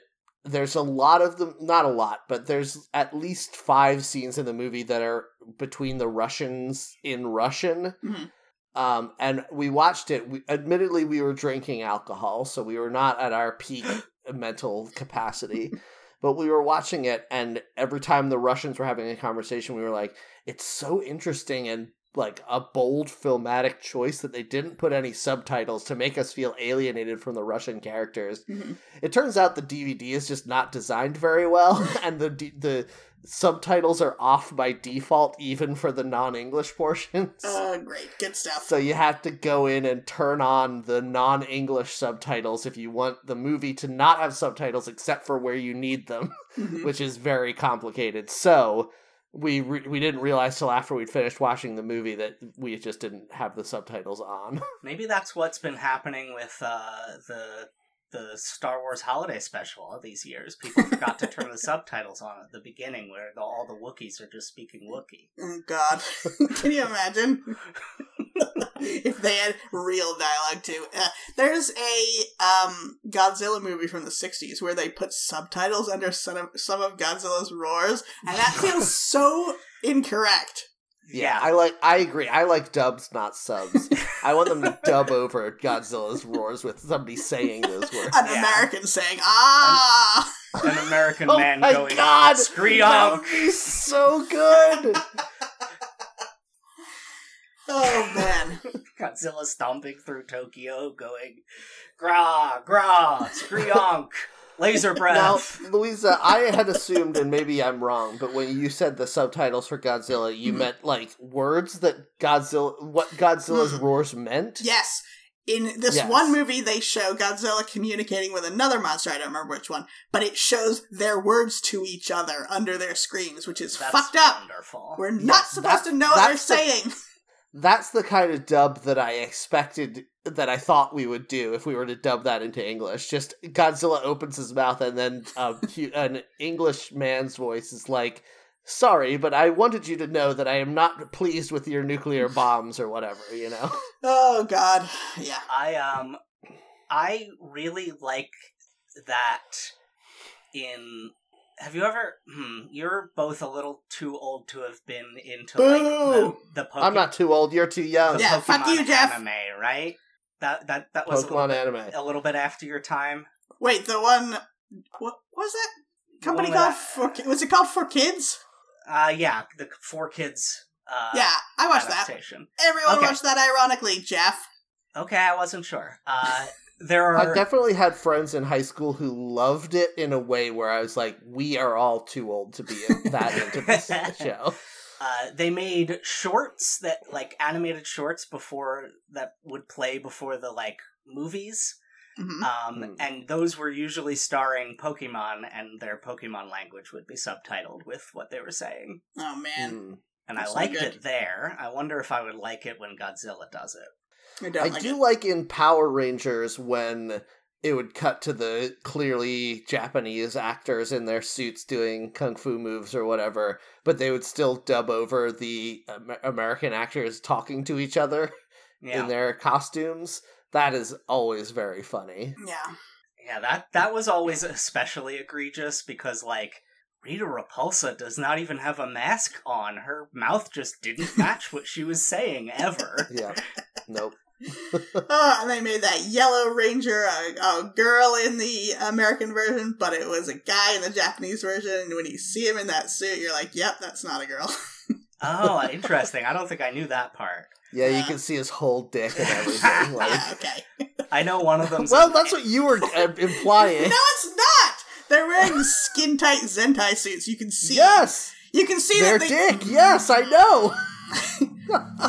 there's a lot of them not a lot but there's at least five scenes in the movie that are between the russians in russian
Mhm.
um, and we watched it we, admittedly we were drinking alcohol so we were not at our peak mental capacity but we were watching it and every time the russians were having a conversation we were like it's so interesting and like a bold filmatic choice that they didn't put any subtitles to make us feel alienated from the russian characters
Mhm.
it turns out the DVD is just not designed very well, and the D- the subtitles are off by default, even for the non English portions.
Uh, great, good stuff.
so you have to go in and turn on the non English subtitles if you want the movie to not have subtitles except for where you need them,
Mm-hmm.
Mhm.
which is very complicated. So we re- we didn't realize till after we'd finished watching the movie that we just didn't have the subtitles on.
Maybe that's what's been happening with uh, the the Star Wars holiday special all these years. People forgot to turn the subtitles on at the beginning, where the, all the Wookiees are just speaking Wookiee.
Oh God! Can you imagine if they had real dialogue too? Uh, there's a um, Godzilla movie from the '60s where they put subtitles under some of, some of Godzilla's roars, and that feels so incorrect.
Yeah, I like. I agree. I like dubs, not subs. I want them to dub over Godzilla's roars with somebody saying those words.
An
Yeah.
American saying "Ah."
an American
Oh
man
my
going,
God! That
"Scream!"
would be so good.
Oh man!
Godzilla stomping through Tokyo, going, "Gra, gra, screonk, laser
now,
breath."
Louisa, I had assumed, and maybe I'm wrong, but when you said the subtitles for Godzilla,
Mm-hmm. Mm.
you meant like words that Godzilla, what Godzilla's roars meant.
Yes, In this
Yes.
one movie, they show Godzilla communicating with another monster. I don't remember which one, but it shows their words to each other under their screams, which is
That's
fucked up.
Wonderful.
We're
Yes,
not supposed
that-
to know what they're
that's the-
saying.
That's the kind of dub that I expected, that I thought we would do if we were to dub that into English. Just Godzilla opens his mouth, and then a, hu- an English man's voice is like, Sorry, but I wanted you to know that I am not pleased with your nuclear bombs or whatever, you know?
Oh God, yeah.
I um I really like that in have you ever hmm, you're both a little too old to have been into like the,
Boo!
the Pokemon
I'm not too old. You're too young.
the
Yeah, fuck
Pokemon
you, Jeff.
anime, right? That that that was a little,
Pokemon anime.
a little bit after your time.
Wait, the one. What was that company
What
called?
was
For Ki- was it called For Kids?
Uh yeah, the four kids uh
yeah, I watched that.
adaptation.
Everyone
Okay.
watched that. Ironically, Jeff.
Okay, I wasn't sure. Uh there
I
are
definitely had friends in high school who loved it in a way where I was like, we are all too old to be that into this show.
Uh, they made shorts that like animated shorts before that would play before the like movies
Mhm.
um
Mm.
and those were usually starring pokemon and their pokemon language would be subtitled with what they were saying
Oh man,
Mm.
and
That's
i
so
liked
good.
it there i wonder if i would like it when godzilla does it
I don't
I
like
do
it.
like in Power Rangers when it would cut to the clearly Japanese actors in their suits doing kung fu moves or whatever, but they would still dub over the Amer- American actors talking to each other
yeah
in their costumes. That is always very funny.
Yeah,
yeah that that was always especially egregious because like Rita Repulsa does not even have a mask on. Her mouth just didn't match what she was saying ever.
Yeah. nope.
oh, and they made that Yellow Ranger a, a girl in the American version, but it was a guy in the Japanese version. And when you see him in that suit, you're like, "Yep, that's not a girl."
Oh, interesting. I don't think I knew that part.
Yeah, you
Yeah.
can see his whole dick and everything. Like,
yeah, okay.
I know one of them.
well, that's what you were uh, implying.
No, it's not. They're wearing skin tight Zentai suits. You can see.
yes,
you can see
their
that they,
dick. Yes, I know.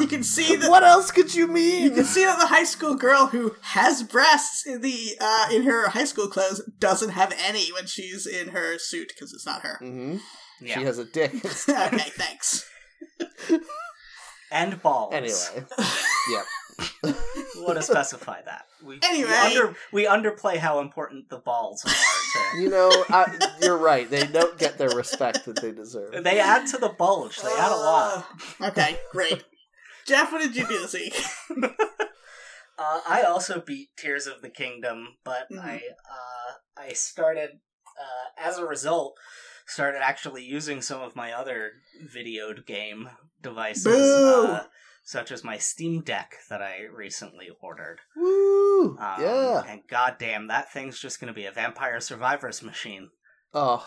You can see that
what else could you mean?
You can see that the high school girl who has breasts in the uh, in her high school clothes doesn't have any when she's in her suit because it's not her.
hmm She
Yeah.
has a dick.
Mm.
okay, thanks.
And balls.
anyway,
want to specify that. We,
Anyway.
we, under, we underplay how important the balls are.
you know, I, you're right. They don't get the respect that they
To,
deserve.
they add to the bulge. They add a lot.
Uh, okay, great. Jeff, what did you do this week?
Uh, I also beat Tears of the Kingdom, but
Mhm.
I uh, I started uh, as a result started actually using some of my other videoed game devices,
Boo!
uh, such as my Steam Deck that I recently ordered.
Woo!
Um,
yeah.
And goddamn, that thing's just going to be a vampire survivors machine.
Oh,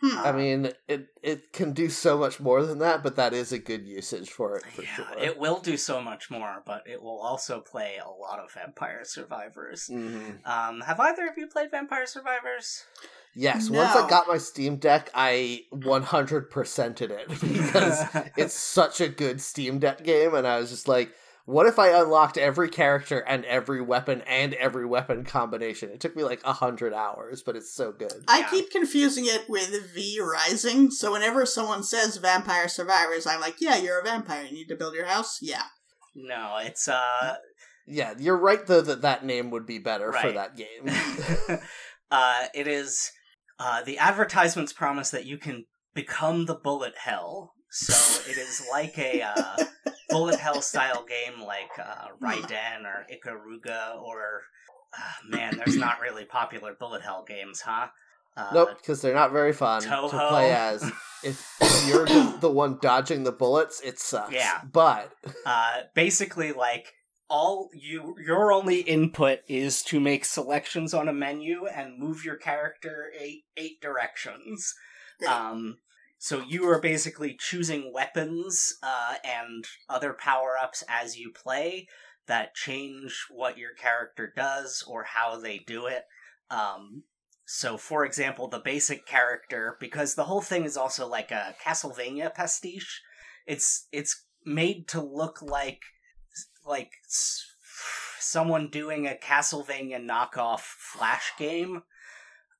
Hmm.
uh,
I mean, it it can do so much more than that, but that is a good usage for it for
yeah,
sure.
it will do so much more, but it will also play a lot of vampire survivors.
hmm
Um, have either of you played Vampire Survivors?
Yes. Once
No.
I got my Steam Deck, I 100 percented it because it's such a good Steam Deck game, and I was just like, what if I unlocked every character and every weapon and every weapon combination? It took me like a hundred hours, but it's so good.
I
yeah.
keep confusing it with V Rising. So whenever someone says vampire survivors, I'm like, yeah, you're a vampire. You need to build your house. Yeah.
no, it's uh,
Yeah, you're right though that that name would be better for
Right.
that game.
uh, it is uh, the advertisements promise that you can become the bullet hell. So it is like a uh, bullet hell style game, like uh, Raiden or Ikaruga, or uh, man, there's not really popular bullet hell games, huh? Uh,
nope, because they're not very fun to
Toho.
play as. If, if you're the, the one dodging the bullets, it sucks.
Yeah.
But
uh, basically like all you your only input is to make selections on a menu and move your character eight eight directions
Great.
um so you are basically choosing weapons uh, and other power-ups as you play that change what your character does or how they do it um so for example the basic character because the whole thing is also like a castlevania pastiche it's it's made to look like like s- someone doing a Castlevania knockoff Flash game,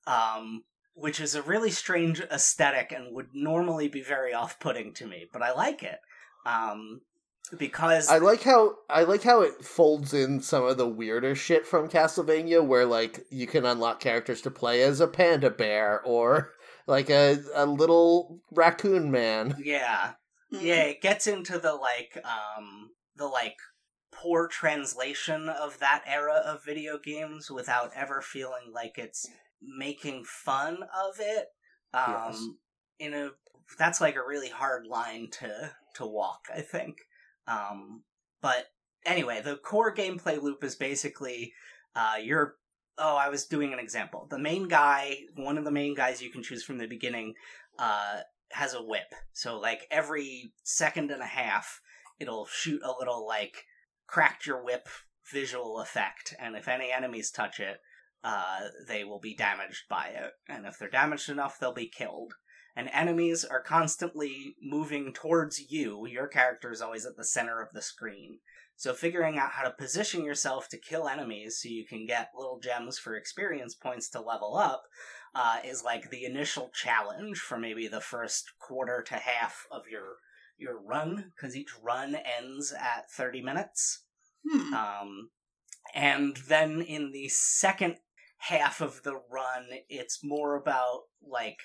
um, which is a really strange aesthetic and would normally be very off-putting to me, but I like it um, because
I like how I like how it folds in some of the weirder shit from Castlevania, where like you can unlock characters to play as a panda bear or like a a little raccoon man.
yeah,
Mm-hmm.
yeah, it gets into the like um, the like poor translation of that era of video games without ever feeling like it's making fun of it. Um, in a that's like a really hard line to to walk, I think. Um, but anyway, the core gameplay loop is basically uh, you're. Oh, I was doing an example. The main guy, one of the main guys you can choose from the beginning, uh, has a whip. So, like, every second and a half, it'll shoot a little, like, cracked your whip visual effect. And if any enemies touch it, uh, they will be damaged by it. And if they're damaged enough, they'll be killed and enemies are constantly moving towards you. Your character is always at the center of the screen. So, figuring out how to position yourself to kill enemies so you can get little gems for experience points to level up uh, is like the initial challenge for maybe the first quarter to half of your your run because each run ends at 30 minutes.
Hmm.
Um, and then in the second half of the run, it's more about like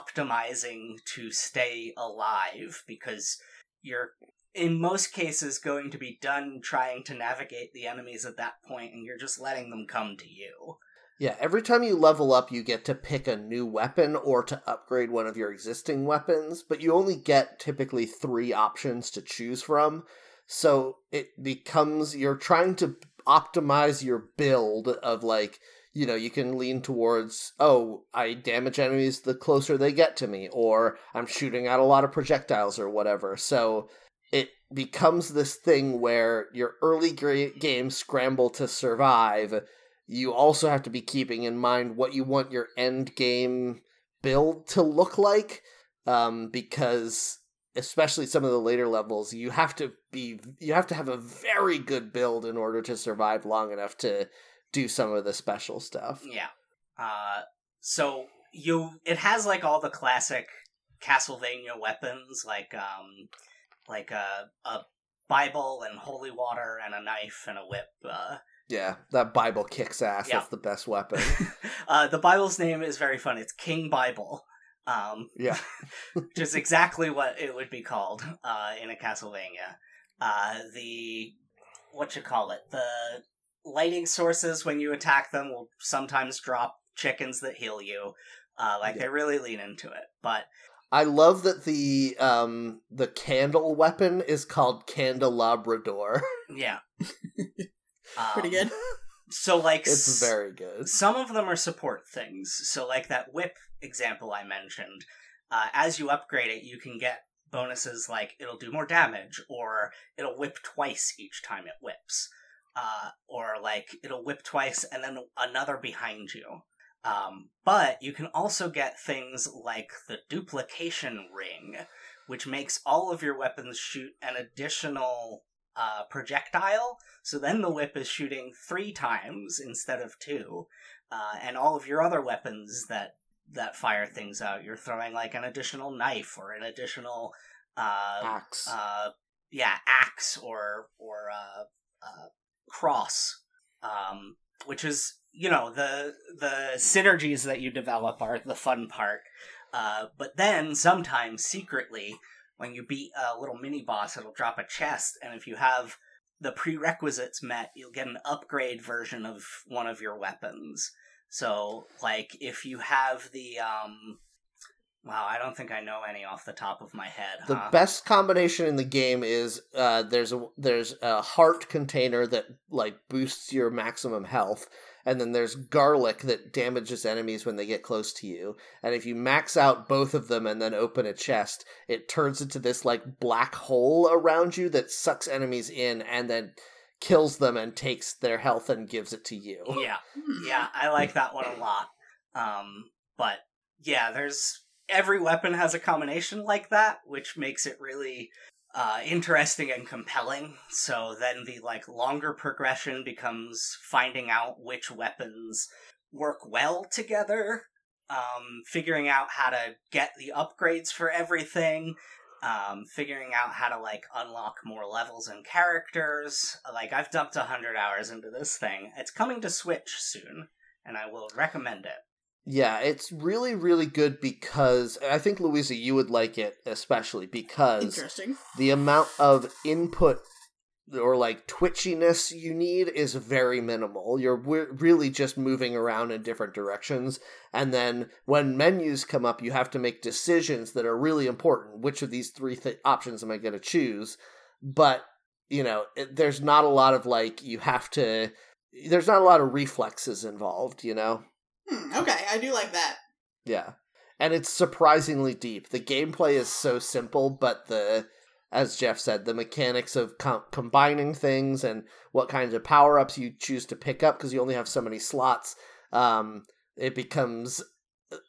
optimizing to stay alive because you're in most cases going to be done trying to navigate the enemies at that point and you're just letting them come to you.
Yeah, every time you level up, you get to pick a new weapon or to upgrade one of your existing weapons, but you only get typically three options to choose from. So it becomes you're trying to optimize your build of like, you know, you can lean towards, oh, I damage enemies the closer they get to me, or I'm shooting out a lot of projectiles or whatever. So it becomes this thing where your early gra- game scramble to survive you also have to be keeping in mind what you want your end game build to look like um, because especially some of the later levels you have to be you have to have a very good build in order to survive long enough to do some of the special stuff
Yeah. Uh, so you it has like all the classic Castlevania weapons like um like a a Bible and holy water and a knife and a whip. Uh,
yeah that bible kicks ass
Yeah.
that's the best weapon
uh, the Bible's name is very fun. It's King Bible. Um,
yeah
which is exactly what it would be called uh, in a Castlevania. Uh, the what you call it, the lighting sources when you attack them will sometimes drop chickens that heal you. Uh, like
Yeah.
they really lean into it, but
i love that the um the candle weapon is called candelabrador
yeah, um,
Pretty good.
So like
it's
s-
very good
some of them are support things. So, like that whip example I mentioned, uh, as you upgrade it, you can get bonuses like it'll do more damage, or it'll whip twice each time it whips, uh, or like it'll whip twice and then another behind you. Um, but you can also get things like the duplication ring, which makes all of your weapons shoot an additional uh, projectile. So then the whip is shooting three times instead of two, uh, and all of your other weapons that that fire things out, you're throwing like an additional knife or an additional uh,
axe
uh, yeah axe or or uh, uh, cross, um, which is you know the the synergies that you develop are the fun part. Uh, but then sometimes secretly, when you beat a little mini boss, it'll drop a chest, and if you have the prerequisites met, you'll get an upgrade version of one of your weapons. So, like, if you have the um, wow, I don't think I know any off the top of my head.
The
huh?
best combination in the game is uh, there's a there's a heart container that like boosts your maximum health, and then there's garlic that damages enemies when they get close to you. And if you max out both of them and then open a chest, it turns into this like black hole around you that sucks enemies in and then kills them and takes their health and gives it to you.
yeah.
Hmm.
yeah, I like that one a lot. Um, but yeah, there's every weapon has a combination like that, which makes it really uh, interesting and compelling. So then the like longer progression becomes finding out which weapons work well together, um, figuring out how to get the upgrades for everything, um, figuring out how to like unlock more levels and characters. Like I've dumped a hundred hours into this thing. It's coming to Switch soon, and I will recommend it.
Yeah, it's really, really good because and I think Louisa, you would like it especially because
Interesting.
the amount of input or like twitchiness you need is very minimal. You're w- really just moving around in different directions. And then when menus come up, you have to make decisions that are really important. Which of these three th- options am I going to choose? But, you know, it, there's not a lot of like, you have to, there's not a lot of reflexes involved, you know?
Hmm, okay, I do like that.
Yeah. And it's surprisingly deep. The gameplay is so simple, but the as Jeff said, the mechanics of com- combining things and what kinds of power-ups you choose to pick up because you only have so many slots, um it becomes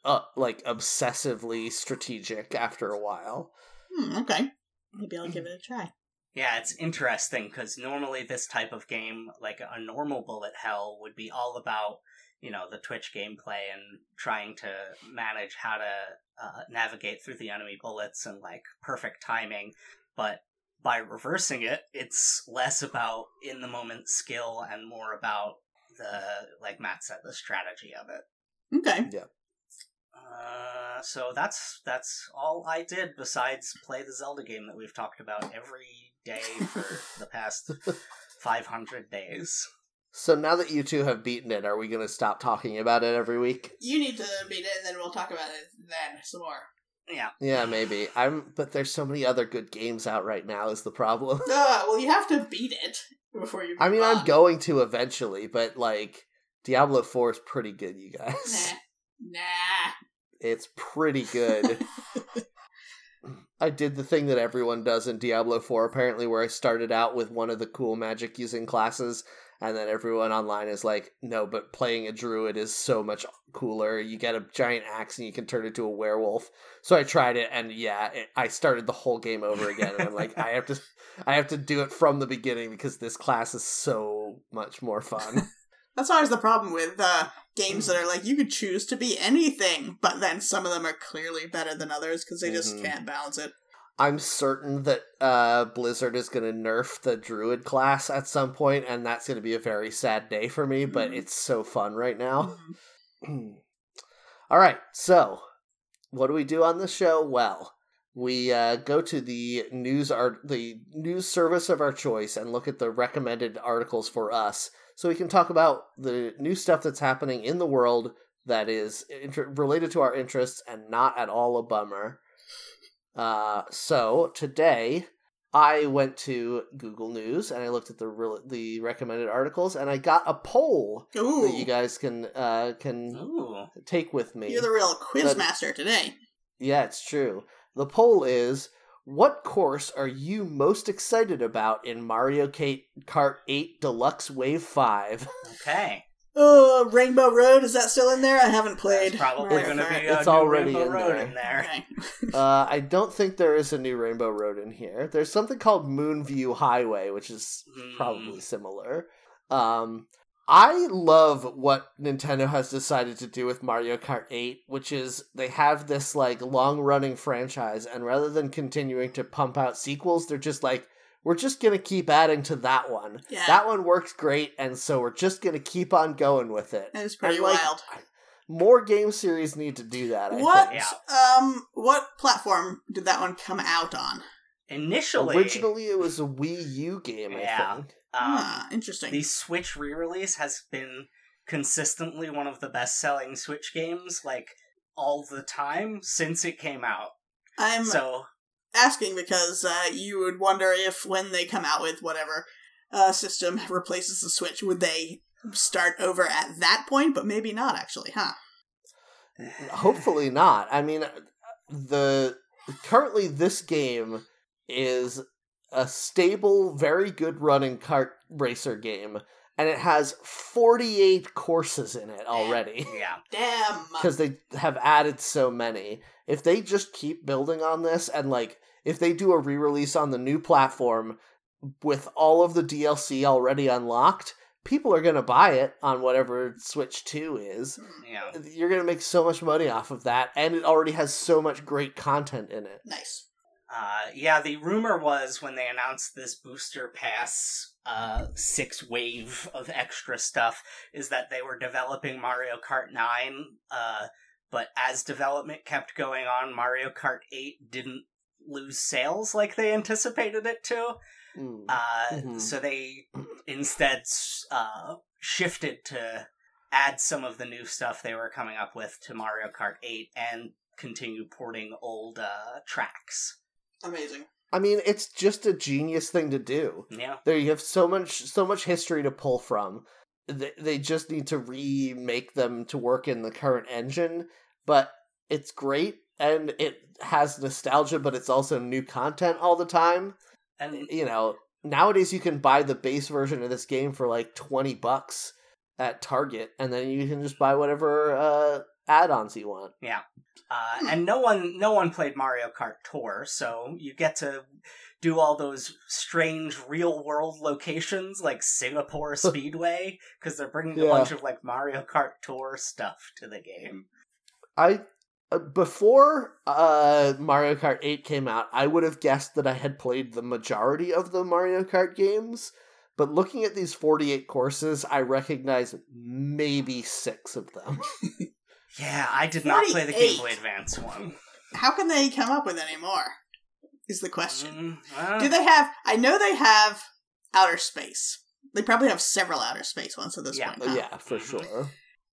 uh, like obsessively strategic after a while.
Hmm, okay. Hmm. Maybe I'll give it a try.
Yeah, it's interesting because normally this type of game, like a normal bullet hell, would be all about you know the Twitch gameplay and trying to manage how to uh, navigate through the enemy bullets and like perfect timing. But by reversing it, it's less about in the moment skill and more about the like Matt said, the strategy of it.
Okay.
Uh, so that's that's all I did besides play the Zelda game that we've talked about every day for the past 500 days.
So now that you two have beaten it, are we going to stop talking about it every week?
You need to beat it, and then we'll talk about it then some more.
Yeah.
Yeah, maybe. I'm but there's so many other good games out right now is the problem.
Uh, well, you have to beat it before you.
I mean,
move
I'm
on.
going to eventually, but like Diablo 4 is pretty good, you guys.
Nah, nah.
It's pretty good. I did the thing that everyone does in Diablo 4 apparently where I started out with one of the cool magic using classes and then everyone online is like, "No, but playing a druid is so much cooler. You get a giant axe and you can turn into a werewolf." So I tried it and yeah, it, I started the whole game over again and I'm like, "I have to I have to do it from the beginning because this class is so much more fun."
That's always the problem with uh, games that are like you could choose to be anything, but then some of them are clearly better than others because they just
Mhm.
can't balance it.
I'm certain that uh, Blizzard is going to nerf the druid class at some point, and that's going to be a very sad day for me. But
Mhm.
it's so fun right now.
Mhm.
All right, so what do we do on the show? Well, we uh, go to the news art, the news service of our choice, and look at the recommended articles for us, so we can talk about the new stuff that's happening in the world that is inter- related to our interests and not at all a bummer. Uh, so today, I went to Google News and I looked at the re- the recommended articles, and I got a poll
Ooh,
that you guys can uh, can
Ooh.
take with me.
you're the real quiz
That-
master today.
Yeah, it's true. The poll is what course are you most excited about in Mario Kart Kart 8 Deluxe Wave 5?
Okay.
Oh, Rainbow Road is that still in there? I haven't played.
There's probably
Mario
going to
Kart.
be a
It's
new
already
Rainbow
in
Road
there.
in there.
Okay.
uh, I don't think there is a new Rainbow Road in here. There's something called Moonview Highway, which is
Hmm.
probably
Mm.
similar. Um, I love what Nintendo has decided to do with Mario Kart 8, which is they have this like long running franchise, and rather than continuing to pump out sequels, they're just like, we're just gonna keep adding to that one.
Yeah,
That one works great, and so we're just gonna keep on going with it.
that is pretty
And, like,
wild.
More game series need to do that. I
What
think.
um what platform did that one come out on?
Initially,
Originally, it was a Wii U game. I
Yeah.
think.
um,
ah,
Hmm.
interesting.
the Switch re release has been consistently one of the best selling Switch games, like all the time since it came out.
I'm
so,
asking because uh, you would wonder if when they come out with whatever uh, system replaces the Switch, would they start over at that point? But maybe not, actually, huh?
Hopefully not. I mean, the currently this game is a stable, very good running kart racer game, and it has forty eight courses in it already
yeah.
Damn.
because they have added so many. If they just keep building on this and like if they do a re-release on the new platform with all of the DLC already unlocked, people are going to buy it on whatever Switch 2 is.
Yeah.
You're going to make so much money off of that and it already has so much great content in it.
Nice.
Uh, yeah, the rumor was when they announced this booster pass uh, six wave of extra stuff is that they were developing Mario Kart 9, uh, but as development kept going on, Mario Kart 8 didn't lose sales like they anticipated it to.
Mm.
Uh,
Mhm.
So they instead s- uh, shifted to add some of the new stuff they were coming up with to Mario Kart 8 and continue porting old uh, tracks.
Amazing.
I mean, it's just a genius thing to do.
Yeah.
There you have so much so much history to pull from. They, they just need to remake them to work in the current engine, but it's great and it has nostalgia but it's also new content all the time.
Oh.
And
you know nowadays you can buy the base version of this game for like 20 bucks at target and then you can just buy whatever uh add-ons you want
Uh,
Hmm.
and no one no one played Mario Kart Tour, so you get to do all those strange real world locations like Singapore Speedway because they're bringing a
Yeah.
bunch of like Mario Kart Tour stuff to the game.
i uh, before uh mario kart 8 came out i would have guessed that i had played the majority of the mario kart games but looking at these 48 courses i recognize maybe six of them
Yeah, I did not play the Game
48.
Boy Advance one.
How can they come up with any more? Is the question.
Mm, well,
Do they have? I know they have outer space. They probably have several outer space ones at this
Yeah.
point.
But
huh?
Oh, yeah for sure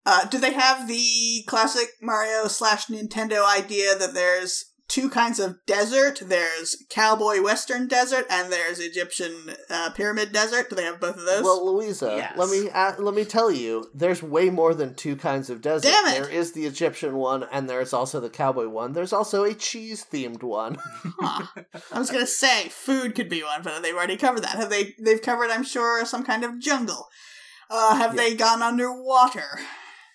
Uh, do they have the classic Mario slash Nintendo idea that there's two kinds of desert? There's cowboy western desert and there's Egyptian uh, pyramid desert. Do they have both of those?
Well, Louisa,
Yes.
let me uh, let me tell you, there's way more than two kinds of desert.
Damn it.
There is the Egyptian one, and there's also the cowboy one. There's also a cheese themed one.
Huh. I was gonna say food could be one, but they've already covered that. Have they? They've covered, I'm sure, some kind of jungle. Uh, have they gone underwater?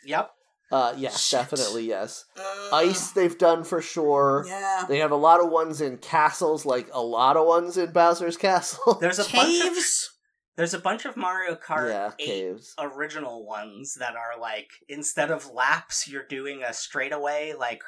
Yep.
Uh, yes,
Shit.
definitely yes.
Uh,
Ice they've done for sure.
Yeah.
They have a lot of ones in castles, like a lot of ones in Bowser's castle.
There's a bunch of
Caves.
there's a bunch of Mario Kart
yeah,
8
caves.
original ones that are like instead of laps you're doing a straightaway like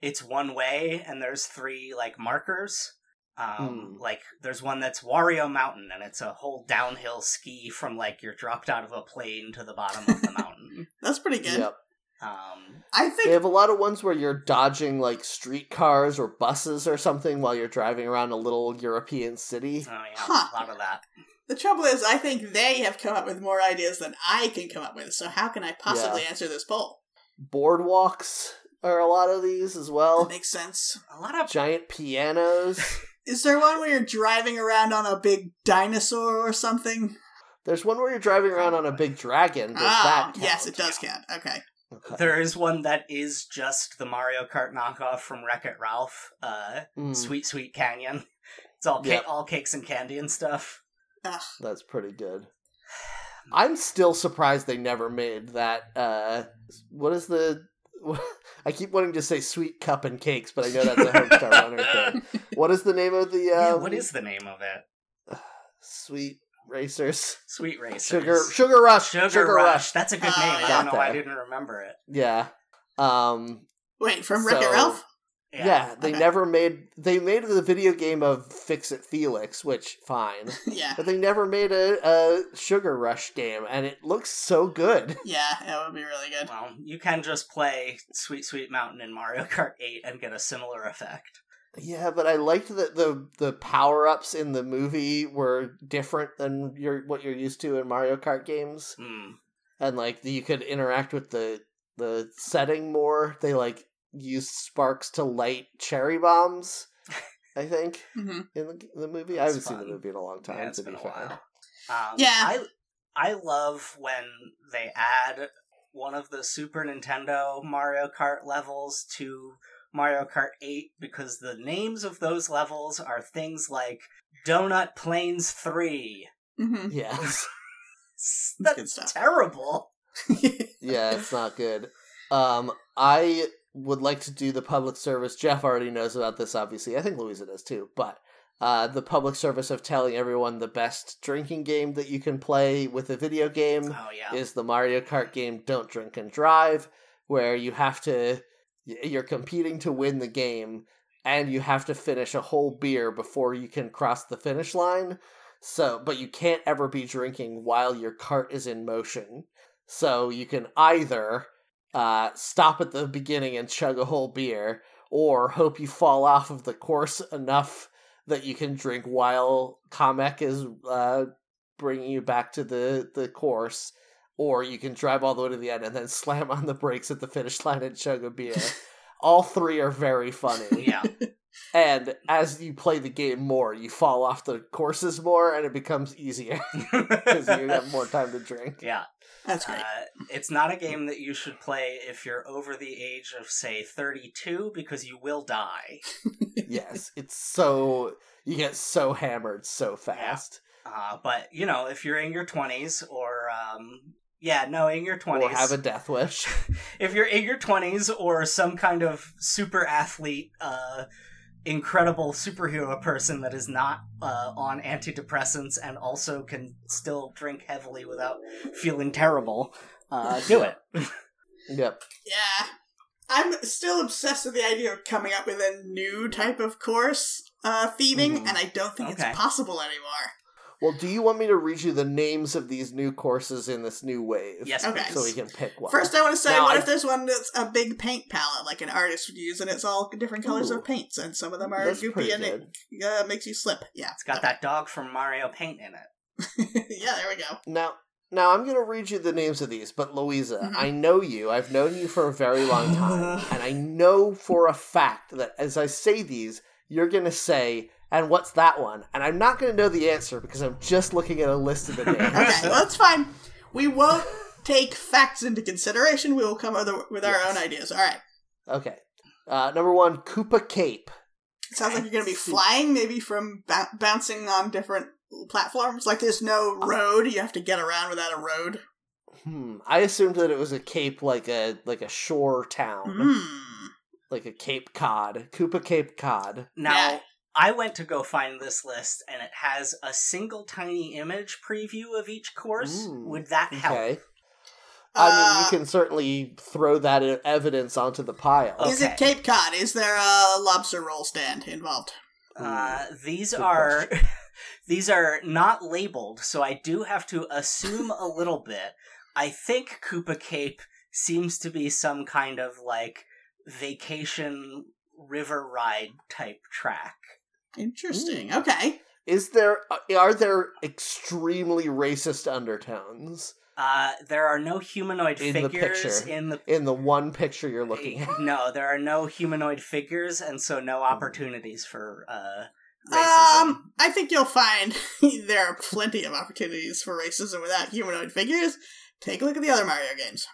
it's one way and there's three like markers um
Hmm.
like there's one that's Wario Mountain and it's a whole downhill ski from like you're dropped out of a plane to the bottom of the mountain
That's pretty good.
Yep.
um
I
They
think.
have a lot of ones where you're dodging like streetcars or buses or something while you're driving around a little European city.
oh yeah
Huh.
a lot of that
The trouble is, I think they have come up with more ideas than I can come up with. So how can I possibly answer this poll?
Boardwalks are a lot of these as well.
That makes sense.
a lot of
giant pianos.
Is there one where you're driving around on a big dinosaur or something?
There's one where you're driving around on a big dragon. Does
ah,
that count?
yes, it does count. Okay.
Okay.
there is one that is just the Mario Kart knockoff from Wreck-It Ralph uh
Mm,
Sweet Sweet Canyon it's all ca-
Yep.
all cakes and candy and stuff
that's pretty good. I'm still surprised they never made that. Uh, what is the? I keep wanting to say sweet cup and cakes, but I know that's a Homestar Runner thing. What is the name of the? Um,
yeah, what is the name of it
sweet racers?
Sweet Racers.
Sugar Sugar Rush.
Sugar, Rush. That's a good
Oh,
name. I
yeah.
don't know why I
Got that.
didn't remember it.
Yeah. Um,
Wait, from
So-
Wreck It Ralph?
Yeah,
Yeah.
they
okay.
never made they made the video game of Fix It Felix, which fine,
yeah.
but they never made a, a Sugar Rush game, and it looks so good.
Yeah, that would be really good.
Well, you can just play Sweet Sweet Mountain in Mario Kart 8 and get a similar effect.
Yeah, but I liked that the the power ups in the movie were different than your what you're used to in Mario Kart games,
Hmm.
and like you could interact with the the setting more. They like used sparks to light cherry bombs. I think
hmm
in the, the movie, I
That's
haven't seen
fun.
the movie in a long time.
Yeah, it's
to
been a
be fair.
while. Um,
Yeah.
I, I love when they add one of the Super Nintendo Mario Kart levels to Mario Kart 8 because the names of those levels are things like Donut Plains 3.
hmm
Yes.
That's
good stuff.
terrible.
yeah, it's not good. Um, I would like to do the public service, Jeff already knows about this, obviously. I think Louisa does too, but uh, the public service of telling everyone the best drinking game that you can play with a video game
Oh yeah.
is the Mario Kart game Don't Drink and Drive, where you have to, y- you're competing to win the game and you have to finish a whole beer before you can cross the finish line. So, but you can't ever be drinking while your cart is in motion. So you can either uh, stop at the beginning and chug a whole beer or hope you fall off of the course enough that you can drink while Kamek is uh, bringing you back to the, the course or you can drive all the way to the end and then slam on the brakes at the finish line and chug a beer. all three are very funny.
yeah.
And as you play the game more, you fall off the courses more and it becomes easier because you have more time to drink.
yeah.
That's great.
Uh, it's not a game that you should play if you're over the age of say 32 because you will die.
Yes, it's so. You get so hammered so fast.
Uh, but you know, if you're in your 20s or um yeah, no, in your 20s.
Or have a death wish.
if you're in your 20s or some kind of super athlete uh incredible superhero person that is not uh, on antidepressants and also can still drink heavily without feeling terrible uh, do it
Yep.
Yeah. I'm still obsessed with the idea of coming up with a new type of course uh, theming,
Mhm.
and I don't think
Okay.
it's possible anymore.
Well, do you want me to read you the names of these new courses in this new wave?
yes
Okay.
please.
So we can pick one.
First, I want to say,
Now,
what
I-
if there's one that's a big paint palette, like an artist would use, and it's all different colors
Ooh.
of paints, and some of them are
That's
goopy
pretty
and it
good.
uh, makes you slip. Yeah.
it's got that dog from mario paint in it
yeah, there we go.
Now, now I'm gonna read you the names of these, but Louisa,
Mhm.
I know you. I've known you for a very long time, and I know for a fact that as I say these, you're gonna say, "And what's that one?" And I'm not gonna know the answer because I'm just looking at a list of the names.
Okay, well, that's fine. We won't take facts into consideration. We will come other- with our
Yes.
own ideas. All right.
okay. Uh, number one, Koopa Cape.
Sounds like you're going to be
See.
flying, maybe from ba- bouncing on different platforms. Like there's no
Uh.
road. You have to get around without a road.
Hmm. I assumed that it was a cape like a like a shore town,
Hmm.
like a Cape Cod, Koopa Cape Cod.
Now,
Yeah.
I went to go find this list, and it has a single tiny image preview of each course.
Ooh,
Would that help?
Okay. I mean,
Uh,
you can certainly throw that e- evidence onto the pile.
Is it
Okay.
Cape Cod? Is there a lobster roll stand involved?
Uh, these
Good
are these are not labeled, so I do have to assume a little bit. I think Koopa Cape seems to be some kind of like vacation river ride type track.
Interesting. Okay.
Is there uh, are there extremely racist undertones
Uh, there are no humanoid
In the
figures
picture.
in the
in the one picture you're looking at? Hmm.
no, there are no humanoid figures, and so no opportunities for uh, racism.
Um, I think you'll find there are plenty of opportunities for racism without humanoid figures. Take a look at the other Mario games.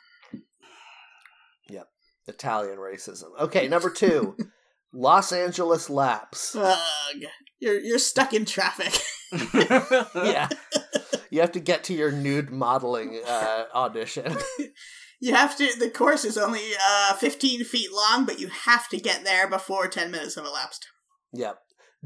Italian racism. Okay, number two, Los Angeles Laps.
Ugh. You're you're stuck in traffic.
Yeah, you have to get to your nude modeling uh, audition.
You have to. The course is only uh, 15 feet long, but you have to get there before 10 minutes have elapsed.
Yep.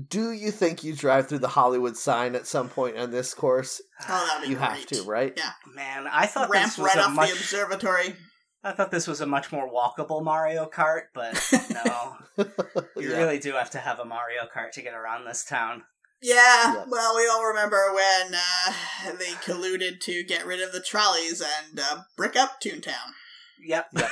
Do you think you drive through the Hollywood sign at some point on this course?
Oh, that'd be
You have
great.
to, right?
Yeah.
Man, I thought
Ramp
this was
right
a
off
much.
the observatory.
I thought this was a much more walkable Mario Kart, but no, you
Yeah.
really do have to have a Mario Kart to get around this town.
Yeah,
Yeah.
well, we all remember when uh, they colluded to get rid of the trolleys and uh, brick up Toontown.
Yep.
Yep.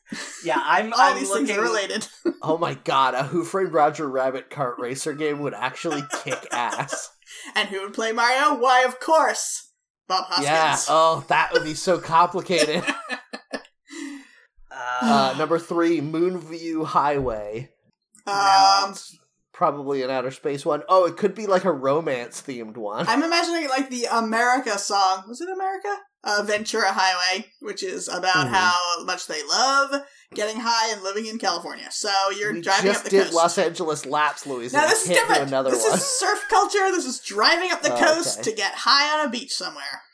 yeah, I'm.
All
I'm
these
looking.
things are related.
Oh my god, a Who Framed Roger Rabbit kart racer game would actually kick ass.
And who would play Mario? Why, of course, Bob Hoskins.
Yeah. Oh, that would be so complicated.
Uh,
Uh, number three, Moonview Highway.
um,
Probably an outer space one. Oh, it could be like a romance themed one.
I'm imagining like the America song. Was it America? Uh, Ventura Highway, which is about
Mhm.
how much they love getting high and living in California. So you're
we
driving
just
up the
did
coast.
Los Angeles laps, Louise.
now
and we
this is
can't do
different.
Another
This
one.
is surf culture. This is driving up the
Oh,
coast
okay.
to get high on a beach somewhere.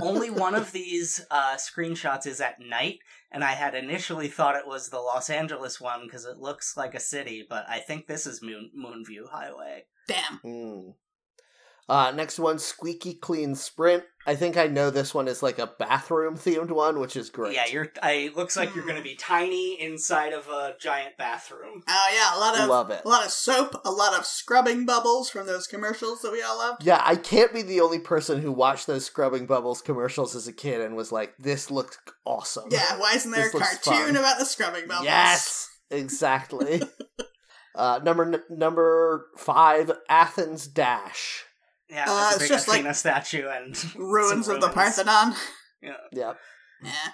only one of these uh, screenshots is at night, and I had initially thought it was the Los Angeles one because it looks like a city, but I think this is Moon Moonview Highway.
Damn.
Mm. Uh, next one, Squeaky Clean Sprint. I think I know this one is like a bathroom themed one, which is great.
Yeah, you're. I it looks like you're going to
Hmm.
be tiny inside of a giant bathroom.
Oh yeah, a lot of
love it.
a lot of soap, a lot of scrubbing bubbles from those commercials that we all loved.
Yeah, I can't be the only person who watched those Scrubbing Bubbles commercials as a kid and was like, "This looks awesome."
Yeah, why isn't there
This
a
looks
cartoon
fun.
about the scrubbing bubbles?
Yes, exactly. uh, number n- number five, Athens Dash.
Yeah,
Uh,
there's a
it's
big
just like-
Athena statue and
Ruins
Some
of the
ruins.
Parthenon.
Yep,
Eh.
so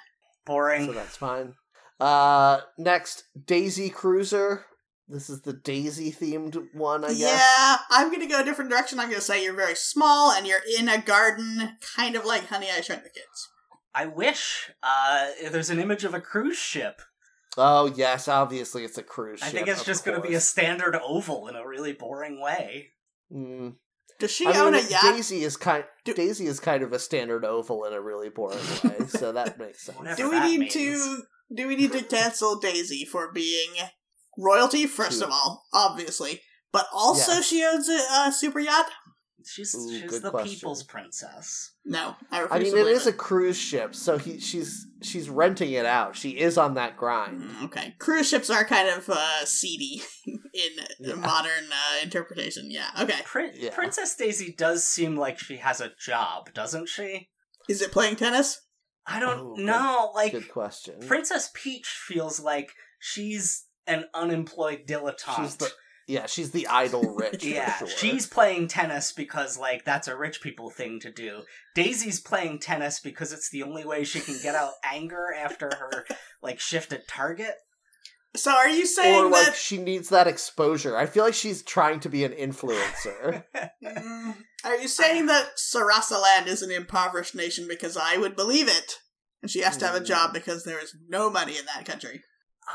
boring.
that's fine. Uh, next, Daisy Cruiser. This is the Daisy themed one, I guess.
Yeah, I'm gonna go a different direction. I'm gonna say you're very small and you're in a garden, kind of like Honey I Shrunk the Kids.
I wish uh, there's an image of a cruise ship.
Oh yes, obviously it's a cruise ship.
I think it's
of
just going to be a
course.
standard oval in a really boring way.
Mm.
Does she
I mean,
own a
it-
yacht?
Daisy is kind.
Do-
Daisy is kind of a standard oval in a really boring way, so that makes sense.
Whatever.
do we
that
need
means.
to do we need to cancel Daisy for being royalty? First
Cute.
of all, obviously, but also
Yes.
she owns a, uh super yacht.
She's
Ooh,
she's
good
the
question.
people's princess.
No, I refuse.
I mean,
to
it
believe
is a cruise ship, so he she's she's renting it out. She is on that grind.
Mm, Okay, cruise ships are kind of uh, seedy in
Yeah.
modern uh, interpretation. Yeah. Okay.
Prin-
Yeah.
Princess Daisy does seem like she has a job, doesn't she?
Is it playing tennis?
I don't
Oh, good-
know. Like
Good question.
Princess Peach feels like she's an unemployed dilettante.
She's the- yeah, she's the idle rich.
yeah,
for sure.
she's playing tennis because like that's a rich people thing to do. Daisy's playing tennis because it's the only way she can get out anger after her like shift at Target.
So are you saying
Or like
that?
she needs that exposure. I feel like she's trying to be an influencer.
Mm, are you saying that Sarasaland is an impoverished nation because I would believe it? And she has to have a
Mm.
job because there is no money in that country.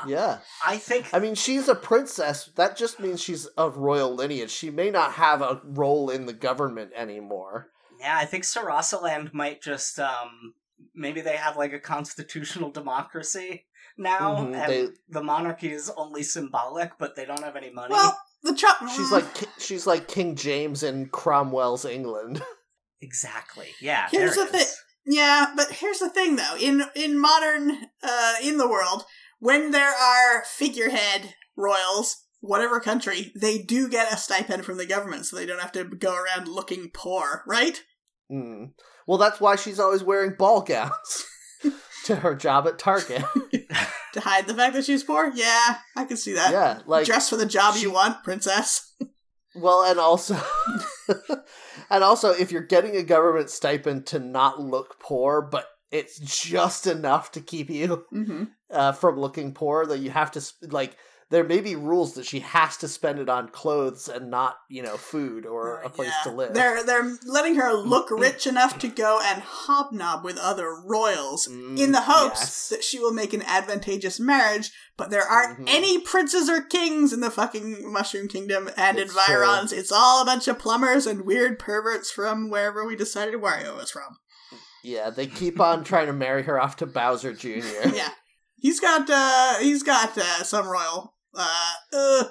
yeah,
I think
I mean she's a princess. That just means she's of royal lineage. She may not have a role in the government anymore.
yeah, I think Sarasaland might just um maybe they have like a constitutional democracy now
Mhm,
and
they-
the monarchy is only symbolic but they don't have any money.
Well, the mm, trouble.
She's like ki- she's like King James in Cromwell's England.
exactly. Yeah.
Here's
there
the
it
thi-
is.
Yeah, but here's the thing though. In in modern uh in the world, when there are figurehead royals, whatever country, they do get a stipend from the government so they don't have to go around looking poor, right?
Mm. Well, that's why she's always wearing ball gowns to her job at Target.
To hide the fact that she's poor? Yeah, I can see that.
yeah, like
Dress for the job
she-
you want, princess.
well, and also, and also, if you're getting a government stipend to not look poor, but it's just enough to keep you
hmm
uh, from looking poor, that you have to sp- like. There may be rules that she has to spend it on clothes and not, you know, food or
Oh,
a place to live. Mm-hmm.
Uh, They're they're letting her look rich enough to go and hobnob with other royals
Mm,
in the hopes
yes.
that she will make an advantageous marriage, but there aren't
Mhm.
any princes or kings in the fucking Mushroom Kingdom and
It's
environs. It's all a bunch of plumbers and weird perverts from wherever we decided Wario was from.
Yeah, they keep on trying to marry her off to Bowser Jr.
yeah. He's got uh he's got uh, some royal uh, uh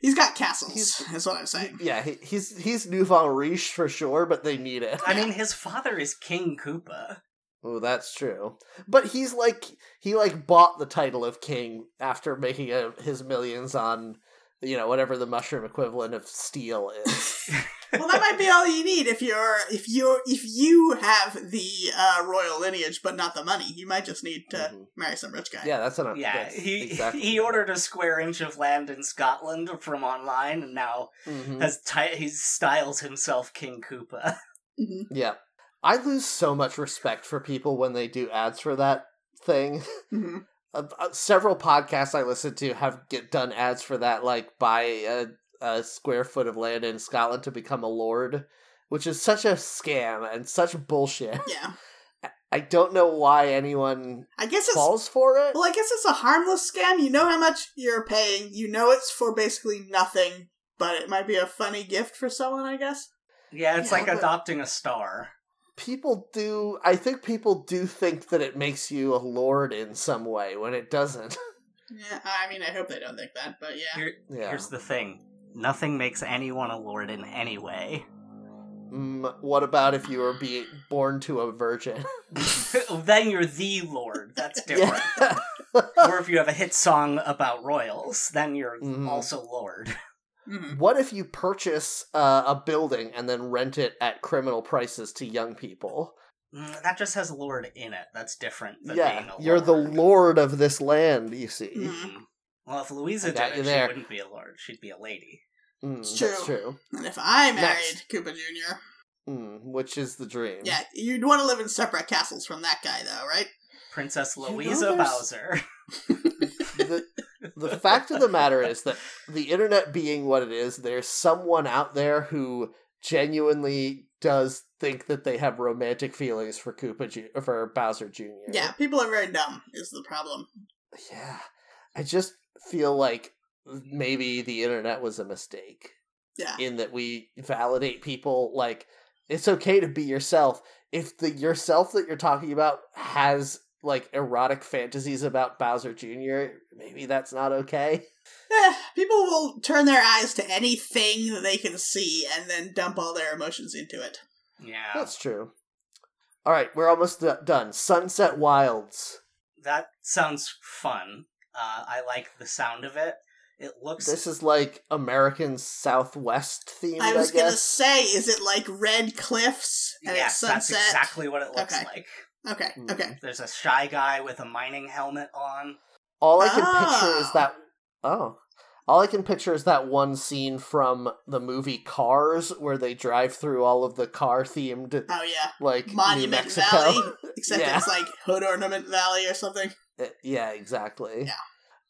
he's got castles,
He's-
is what I'm saying.
Yeah, he, he's he's Nouveau Riche for sure, but they need it.
I mean his father is King Koopa.
Oh, that's true. But he's like he like bought the title of king after making uh his millions on you know whatever the mushroom equivalent of steel is.
well that might be all you need if you're if you if you have the uh royal lineage but not the money. You might just need to
Mhm.
marry some rich guy.
Yeah, that's an
Yeah,
that's
he
Uh, exactly.
he ordered a square inch of land in Scotland from online, and now
Mhm.
has ty- he styles himself King Koopa.
Mhm.
Yeah, I lose so much respect for people when they do ads for that thing.
Mhm.
Uh, uh, several podcasts I listen to have get done ads for that, like buy a, a square foot of land in Scotland to become a lord, which is such a scam and such bullshit.
Yeah.
I don't know why anyone
I guess it's
falls for it.
well, I guess it's a harmless scam. You know how much you're paying. You know it's for basically nothing, but it might be a funny gift for someone, I guess.
Yeah, it's
Yeah,
like
but-
adopting a star.
people do I think people do think that it makes you a lord in some way when it doesn't.
Yeah, I mean, I hope they don't think that, but yeah.
Here-
yeah.
Here's the thing nothing makes anyone a lord in any way.
Mm, what about if you were being born to a virgin?
then you're the lord. That's different. or if you have a hit song about royals, then you're
Mhm.
also lord.
Mhm.
What if you purchase uh, a building and then rent it at criminal prices to young people?
Mm, That just has lord in it. That's different than being
yeah,
a lord.
you're the lord of this land. You see,
Mm.
Mm. Well, if Louisa
I got
did
you
it,
there.
she wouldn't be a lord. She'd be a lady.
Mm,
It's
that's
true.
true.
And if I married
Next.
Koopa Jr.,
Mm, which is the dream.
yeah, you'd want to live in separate castles from that guy, though, right?
Princess
You know,
Louisa
there's-
Bowser.
the, the fact of the matter is that the internet being what it is, there's someone out there who genuinely does think that they have romantic feelings for Koopa Ju- for Bowser Jr.
Yeah, people are very dumb, is the problem.
yeah. I just feel like maybe the internet was a mistake
Yeah.
in that we validate people like it's okay to be yourself if the yourself that you're talking about has like erotic fantasies about Bowser Jr. Maybe that's not okay.
Eh, people will turn their eyes to anything that they can see and then dump all their emotions into it.
yeah.
That's true. All right, we're almost do- done. Sunset Wilds.
That sounds fun. Uh, I like the sound of it. It looks
This is like American Southwest themed. I,
I was going to
guess.
say, is it like red cliffs and it's
yes, that's
sunset?
exactly Hmm. what it looks
Okay.
like.
Okay,
Mm.
okay.
There's a shy guy with a mining helmet on.
All I can
Oh.
picture is that. Oh, all I can picture is that one scene from the movie Cars where they drive through all of the car themed
Oh, yeah.
like New
Monument
Mexico.
Valley, except
Yeah.
it's like Hood Ornament Valley or something.
Uh, yeah, exactly.
Yeah.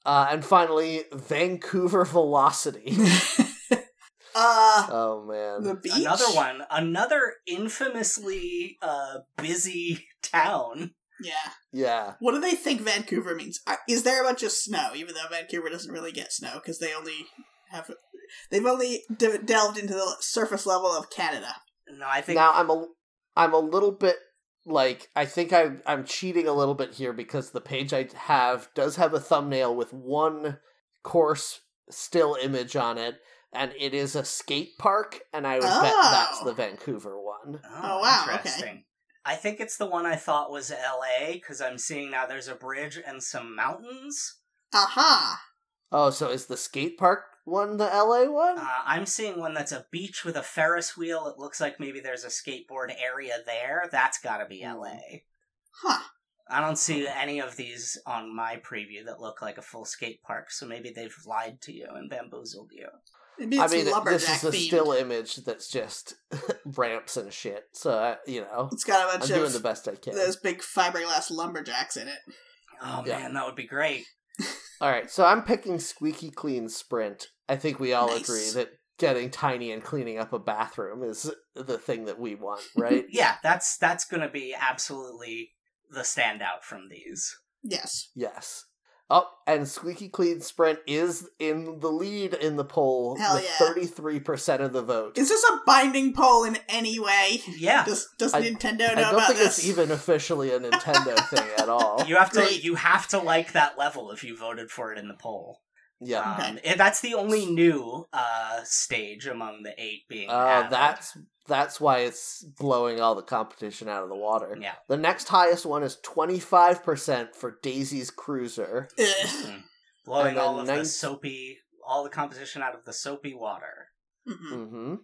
Uh, and finally, Vancouver Velocity.
Uh,
oh man.
the beach?
Another one, another infamously uh, busy town.
Yeah.
yeah.
What do they think Vancouver means? Are- Is there a bunch of snow? Even though Vancouver doesn't really get snow because they only have they've only de- delved into the surface level of Canada.
No, I think
now I'm a I'm a little bit like I think I I'm cheating a little bit here because the page I have does have a thumbnail with one course still image on it and it is a skate park and I would bet
Oh.
that's the Vancouver one.
Oh, wow, okay.
I think it's the one I thought was L.A. because I'm seeing now there's a bridge and some mountains.
Aha!
Oh, so is the skate park one the LA
Oh.
one?
Uh, I'm seeing one that's a beach with a Ferris wheel. It looks like maybe there's a skateboard area there. That's got to be L.A.
Hmm. Huh.
I don't see any of these on my preview that look like a full skate park. So maybe they've lied to you and bamboozled you.
Maybe
I
it's
mean, this
lumberjack
is a
themed.
still image that's just ramps and shit. So, uh, you know,
it's got a
I'm
bunch
doing
of
the best I can.
those big fiberglass lumberjacks in it.
Oh
Yeah.
man, that would be great.
All right, so I'm picking squeaky clean sprint. I think we all
Nice.
agree that getting tiny and cleaning up a bathroom is the thing that we want, right?
Yeah, that's that's going to be absolutely the standout from these.
Yes.
yes. Oh, and squeaky clean sprint is in the lead in the poll
Hell
with
yeah.
33% of the vote.
Is this a binding poll in any way?
Yeah.
Does Does
I-
Nintendo
I
know
don't
about
think
this?
it's even officially a Nintendo thing at all.
You have to
Great.
you have to like that level if you voted for it in the poll.
Yeah.
Um, and that's the only new uh, stage among the eight being.
Uh,
added.
that's that's why it's blowing all the competition out of the water.
yeah.
The next highest one is 25% for Daisy's Cruiser.
Ugh.
Hmm. Blowing
And then
all of the
ninth-
soapy, all the composition out of the soapy water.
Mhm.
Mm-hmm.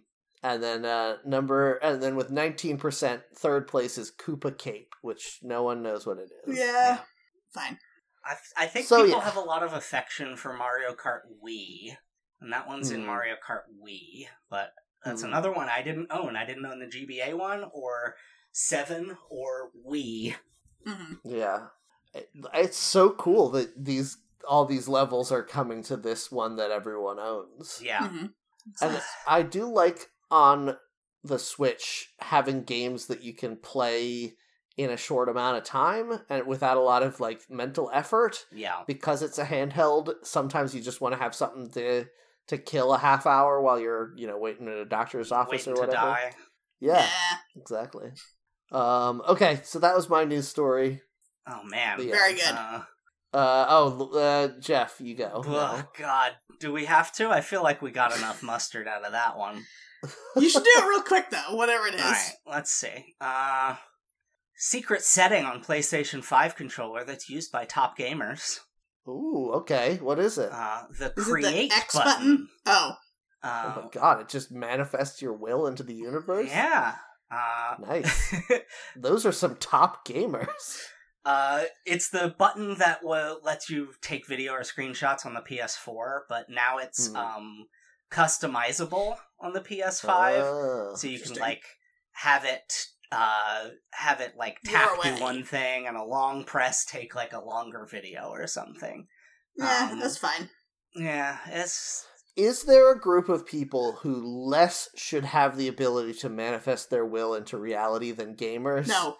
And then uh, number, and then with nineteen percent, third place is Koopa Cape, which no one knows what it is.
yeah. Eh, Fine.
I, I think
So,
people
yeah.
have a lot of affection for Mario Kart Wii, and that one's in
Mm.
Mario Kart Wii. But that's
Mm.
another one I didn't own. I didn't own the GBA one or Seven or Wii.
hmm
yeah. It- it's so cool that these all these levels are coming to this one that everyone owns.
Yeah,
hmm
And I do like on the Switch having games that you can play in a short amount of time and without a lot of like mental effort.
yeah.
because it's a handheld sometimes you just want to have something to to kill a half hour while you're you know waiting in a doctor's office
Waiting
or
to
whatever
die.
yeah exactly Um, okay, so that was my news story.
Oh man.
Yeah.
Very good.
Uh,
Uh, oh, l- uh, Jeff, you go.
oh God, do we have to? I feel like we got enough mustard out of that one.
you should do it real quick though, whatever it is.
All right, let's see. Uh, secret setting on PlayStation Five controller that's used by top gamers.
Ooh, okay. What is it?
Uh, the
Is it
create
the X
button. Um,
button? Oh,
oh
Uh,
my god, it just manifests your will into the universe?
yeah. Uh,
Nice. Those are some top gamers.
uh, it's the button that will lets you take video or screenshots on the PS4, but now it's
Hmm.
Mhm.
um customizable on the PS5.
Oh.
so you can
Interesting.
like have it uh have it like
Your
tap
way.
do one thing and a long press take like a longer video or something
yeah,
Um,
that's fine.
yeah it's
Is there a group of people who less should have the ability to manifest their will into reality than gamers?
No,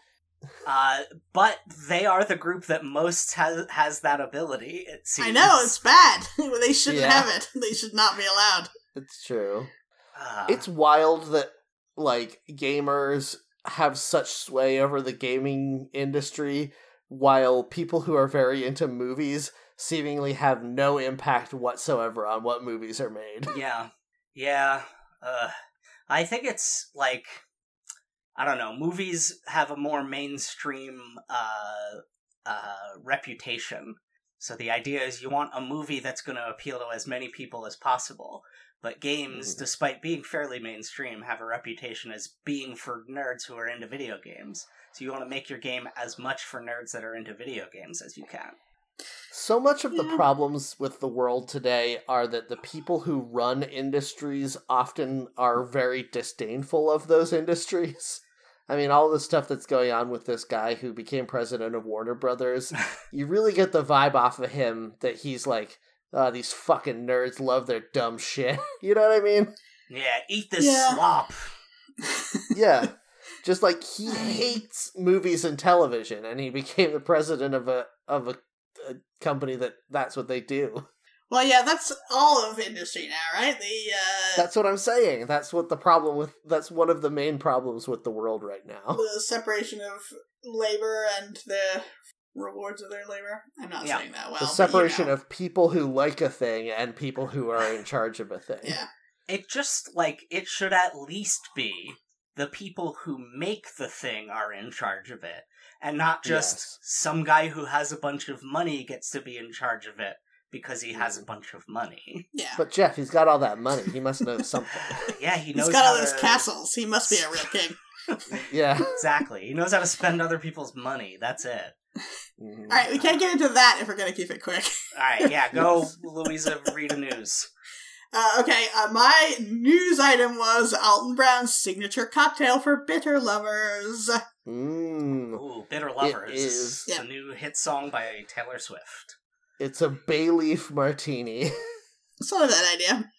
uh but they are the group that most has has that ability it seems
I know it's bad. they shouldn't
Yeah.
have it. They should not be allowed.
It's true.
uh,
It's wild that, like, gamers have such sway over the gaming industry while people who are very into movies seemingly have no impact whatsoever on what movies are made.
yeah yeah uh i think it's like i don't know movies have a more mainstream uh uh reputation so the idea is you want a movie that's going to appeal to as many people as possible but games
Mhm.
despite being fairly mainstream have a reputation as being for nerds who are into video games so you want to make your game as much for nerds that are into video games as you can
So much of the
Yeah.
problems with the world today are that the people who run industries often are very disdainful of those industries. I mean, all the stuff that's going on with this guy who became president of Warner Brothers, you really get the vibe off of him that he's like, uh, these fucking nerds love their dumb shit. you know what I mean?
yeah eat this
Yeah.
slop
Yeah. Just like he hates movies and television, and he became the president of a of a, a company that that's what they do.
Well, yeah, that's all of industry now, right? The uh,
That's what I'm saying. That's what the problem with. That's one of the main problems with the world right now.
the separation of labor and the rewards of their labor. I'm not
Yeah.
saying that well.
the separation of people who like a thing and people who are in charge of a thing.
yeah,
it just like it should at least be the people who make the thing are in charge of it and not just
Yes.
some guy who has a bunch of money gets to be in charge of it because he has a
Mm.
Mhm.
bunch of money
yeah.
But Jeff, he's got all that money. He must know something.
yeah he knows
He's got
how
all those
to-
castles. He must be a real king.
yeah.
exactly he knows how to spend other people's money that's it
Mhm.
All right, we can't get into that if we're gonna keep it quick.
all right yeah go louisa read the news
Uh, okay, uh, my news item was Alton Brown's signature cocktail for bitter lovers.
Mm.
ooh bitter lovers
is.
the
Yeah.
new hit song by taylor swift
It's a bay leaf martini.
Sort of that idea.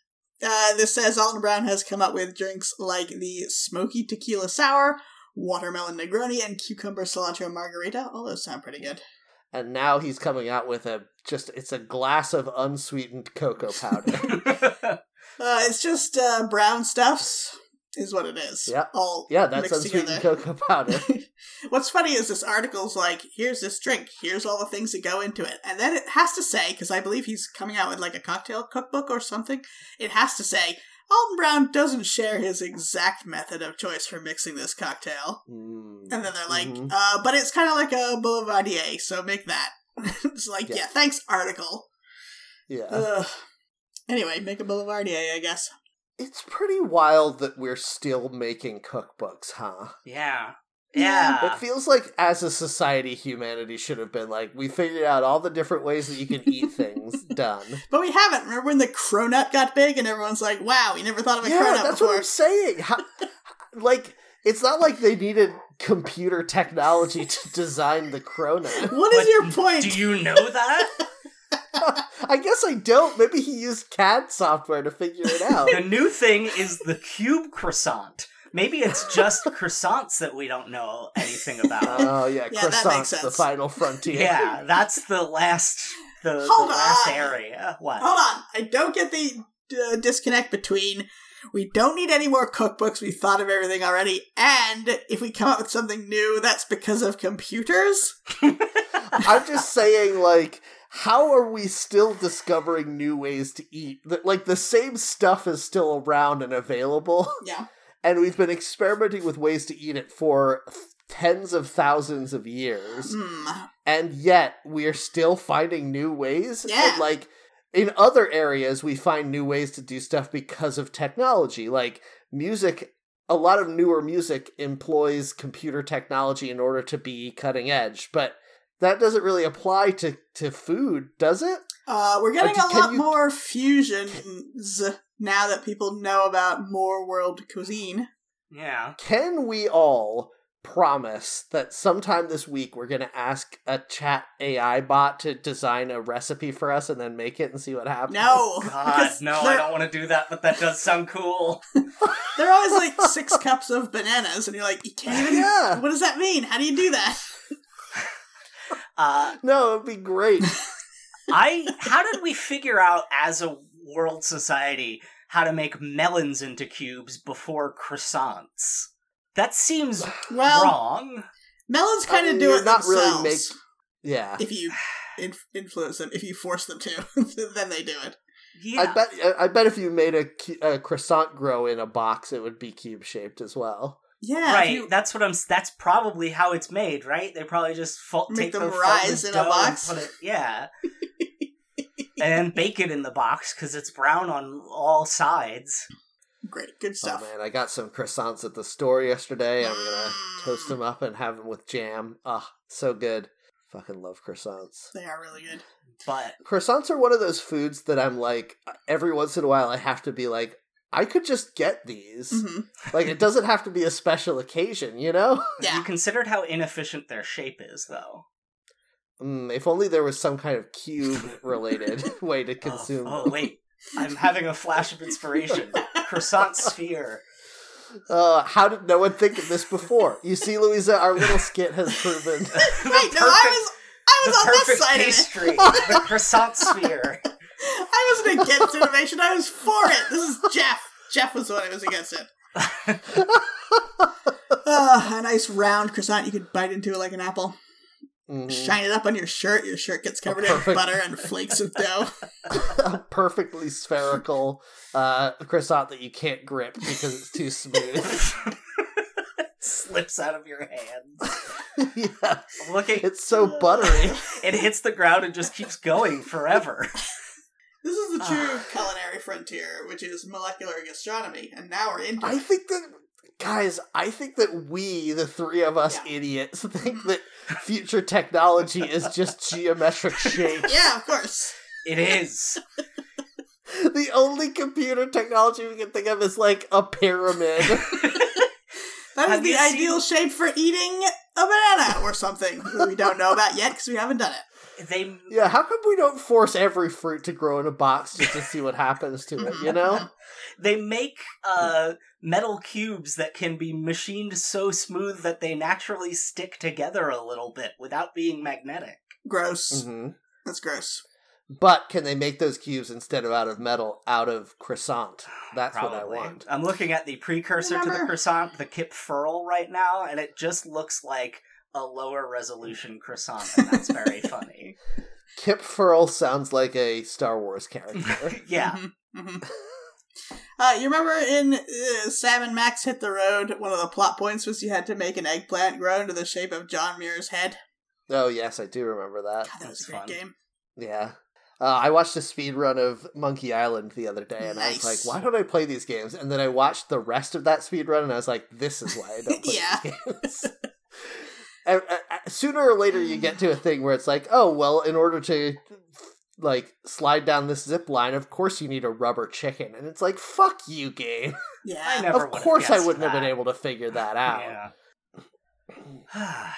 Uh, this says Alton Brown has come up with drinks like the smoky tequila sour, watermelon Negroni, and cucumber cilantro margarita. All those sound pretty good.
and now he's coming out with a just. It's a glass of unsweetened cocoa powder.
Uh, it's just uh, brown stuffs, is what it is.
Yep.
All
yeah, that's
mixed
unsweetened
together.
cocoa powder.
What's funny is this article's like, here's this drink, here's all the things that go into it. And then it has to say, because I believe he's coming out with like a cocktail cookbook or something, it has to say, Alton Brown doesn't share his exact method of choice for mixing this cocktail.
Mm.
And then they're like,
Mhm.
uh, but it's kind of like a Boulevardier, so make that. it's like,
Yeah. Uh.
yeah, thanks, article.
yeah.
Ugh. Anyway, make a Boulevardier, I guess.
It's pretty wild that we're still making cookbooks, huh?
yeah
Yeah,
yeah
It feels like as a society, humanity should have been like, we figured out all the different ways that you can eat things. Done.
But we haven't. Remember when the cronut got big and everyone's like, wow, we never thought of a
yeah,
cronut
that's
before.
what I'm saying. How, like, it's not like they needed computer technology to design the cronut.
What is
But
your point?
do you know that
I guess I don't. Maybe he used CAD software to figure it out.
the new thing is the cube croissant. Maybe it's just croissants that we don't know anything about.
Oh yeah,
Yeah, that makes
croissants, the
sense.
final frontier.
yeah, that's the last the, the
Hold
last
on. Oh.
area. What?
Hold on, I don't get the uh, disconnect between we don't need any more cookbooks, we thought of everything already, and if we come up with something new, that's because of computers.
I'm just saying, like, how are we still discovering new ways to eat? Th- Like, the same stuff is still around and available,
Yeah.
and we've been experimenting with ways to eat it for th- tens of thousands of years,
Mm.
and yet we are still finding new ways. And,
Yeah.
like, in other areas, we find new ways to do stuff because of technology. Like, music, a lot of newer music employs computer technology in order to be cutting edge, but that doesn't really apply to, to food, does it?
Uh, we're getting
Uh,
a
can
lot
you-
more fusions now that people know about more world cuisine.
Yeah.
Can we all promise that sometime this week we're going to ask a chat AI bot to design a recipe for us and then make it and see what happens?
No,
God, no, I
they're-
don't want to do that, but that does sound cool.
They're always like six cups of bananas, and you're like, you can't even.
Yeah.
What does that mean? How do you do that?
Uh,
No, it'd be great.
I how did we figure out as a world society how to make melons into cubes before croissants? That seems
Well,
wrong.
melons kind
I
of
mean,
do
Oh, you're
it
not really
themselves.
Yeah.
If you inf- influence them, if you force them to, then they do it.
Yeah.
I bet I- I bet if you made a, cu- a croissant grow in a box, it would be cube shaped as well. Oh,
Yeah, if
Right,
you-
that's what I'm. s- That's probably how it's made, right? They probably just fol-
Make
take
them
the folded
rise in a
dough and
box.
put it- yeah, and then bake it in the box because it's brown on all sides.
great, good stuff.
Oh man, I got some croissants at the store yesterday. I'm gonna
Mm.
toast them up and have them with jam. Ah, so good. Fucking love croissants.
They are really good.
But
croissants are one of those foods that I'm like uh, every once in a while I have to be like I could just get these.
hmm
Like it doesn't have to be a special occasion, you know?
have
Yeah.
you considered how inefficient their shape is, though.
Mm, if only there was some kind of cube related way to
Oh,
consume.
Oh,
them.
wait, I'm having a flash of inspiration. Croissant sphere.
Uh, how did no one think of this before? You see, Louisa, our little skit has proven.
The
Wait, no, I was, I
the
was on this
perfect
side of it.
pastry. the croissant sphere.
I wasn't against innovation. I was for it. This is Jeff. Jeff was the one who was against it. Ah, a nice round croissant you could bite into like an apple.
Mhm.
Shine it up on your shirt. Your shirt gets covered in
perfect-
butter and flakes of dough.
a perfectly spherical uh, croissant that you can't grip because it's too smooth.
Slips out of your hands.
yeah,
Look at
it's so buttery.
it hits the ground and just keeps going forever.
This is the true
Ah.
culinary frontier, which is molecular gastronomy, and now we're into
I
it.
think that guys, I think that we, the three of us idiots, think that future technology is just geometric shapes.
Yeah, of course.
It is.
The only computer technology we can think of is like a pyramid.
That is
Have
the
you seen-
ideal shape for eating a banana or something. we don't know about yet because we haven't done it.
They
yeah, how come we don't force every fruit to grow in a box just to see what happens to it, you know?
they make uh metal cubes that can be machined so smooth that they naturally stick together a little bit without being magnetic.
Gross.
Mm-hmm.
Mhm.
That's gross.
But can they make those cubes instead of out of metal, out of croissant? That's what I want.
am looking at the precursor to the
Remember-
croissant, the Kip Furl, right now, and it just looks like a lower resolution croissant, and that's very funny.
Kip Furl sounds like a Star Wars character.
Yeah.
Mhm, mhm. Uh, you remember in uh, Sam and Max Hit the Road, one of the plot points was you had to make an eggplant grow into the shape of John Muir's head?
oh, yes, I do remember that.
God, that was
That's
a great
fun.
game.
Yeah. Uh, I watched a speed run of Monkey Island the other day, and I
Nice.
was like, "Why don't I play these games?" And then I watched the rest of that speed run, and I was like, "This is why I don't play
Yeah.
these games." And, uh, uh, sooner or later, you get to a thing where it's like, "Oh, well, in order to like slide down this zip line, of course you need a rubber chicken," and it's like, "Fuck you, game!"
Yeah.
I never
of
would've
course, I
guessed
wouldn't have
that.
been able to figure that out.
Yeah.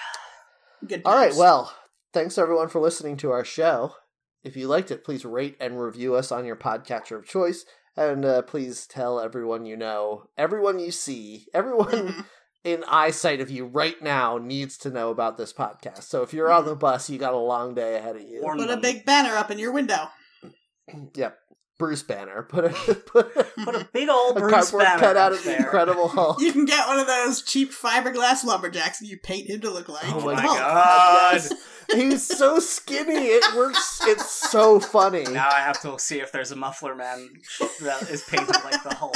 Good
All right,
times.
well, thanks everyone for listening to our show. If you liked it, please rate and review us on your podcatcher of choice, and uh, please tell everyone you know, everyone you see, everyone
Mhm.
in eyesight of you right now needs to know about this podcast. So if you're on the bus, you got a long day ahead of you.
Mm-hmm. Or-
Put a big banner up in your window.
yep. Bruce banner. Put a put a,
Put a big old
a
Bruce
cardboard
banner
cutout
up
of the
there.
Incredible Hulk.
You can get one of those cheap fiberglass lumberjacks that you paint him to look like.
Oh my
Hulk.
God.
Yes.
He's so skinny. It works. It's so funny.
Now I have to see if there's a muffler man that is painted like the Hulk.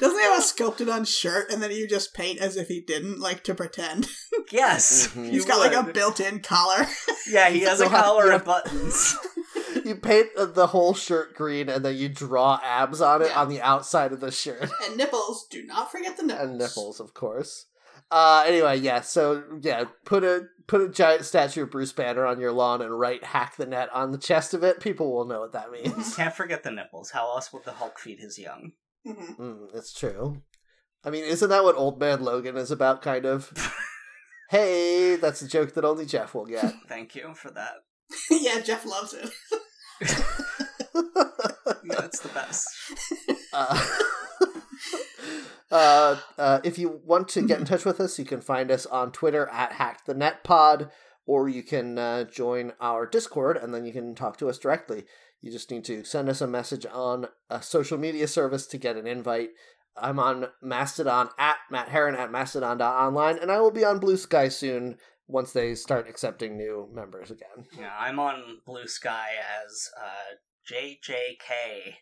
Doesn't he have a sculpted on shirt and then you just paint as if he didn't, like to pretend?
Yes,
Mhm.
you
Mm-hmm. He's got like a
would.
built in collar.
yeah. He has a
You'll have-
collar
you'll
and buttons.
You paint the whole shirt green, and then you draw abs on it
Yeah.
on the outside of the shirt.
and nipples. Do not forget the nipples.
and nipples, of course. Uh, anyway, yeah. So yeah, put a put a giant statue of Bruce Banner on your lawn and write "Hack the Net" on the chest of it. People will know what that means.
Can't forget the nipples. How else would the Hulk feed his young?
hmm
Mm, it's true. I mean, isn't that what Old Man Logan is about? Kind of. hey, that's a joke that only Jeff will get.
Thank you for that.
yeah, Jeff loves it.
That's the best.
uh, uh, uh, if you want to get in touch with us, you can find us on Twitter at HackTheNetPod, or you can uh, join our Discord, and then you can talk to us directly. You just need to send us a message on a social media service to get an invite. I'm on Mastodon at Matt Heron at Mastodon.online, and I will be on Blue Sky soon once they start accepting new members again.
Yeah, I'm on Blue Sky as uh, JJK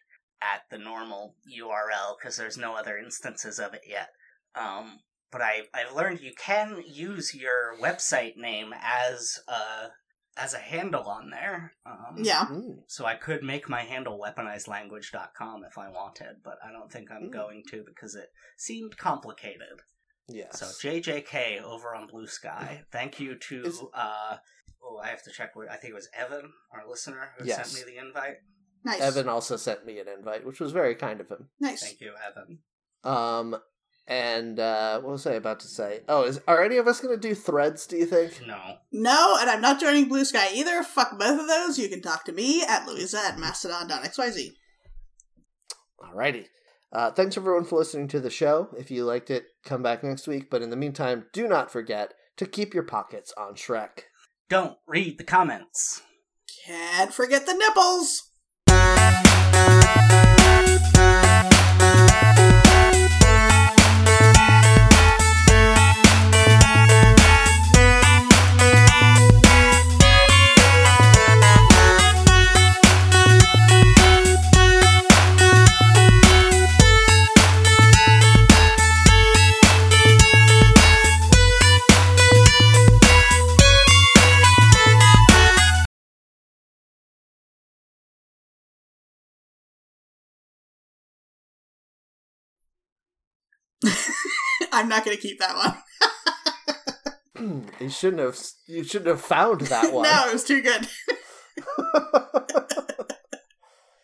at the normal URL because there's no other instances of it yet. Um, but I I've learned you can use your website name as a as a handle on there. Um,
Yeah.
Mm.
So I could make my handle weaponizedlanguage.com if I wanted, but I don't think I'm
Mm.
going to because it seemed complicated.
Yes.
So JJK over on Blue Sky. Thank you to
Is-
uh oh I have to check where I think it was Evan, our listener, who
Yes.
sent me the invite.
Nice.
Evan also sent me an invite, which was very kind of him.
Nice.
Thank you, Evan.
Um, and uh, what was I about to say? Oh, is are any of us going to do threads? Do you think?
No.
No, and I'm not joining Blue Sky either. Fuck both of those. You can talk to me at Louisa at mastodon.xyz.
Alrighty. Uh, thanks everyone for listening to the show. If you liked it, come back next week. But in the meantime, do not forget to keep your pockets on Shrek.
Don't read the comments.
Can't forget the nipples. I'm not going to keep that one.
you shouldn't have. You shouldn't have found that one.
no, it was too good.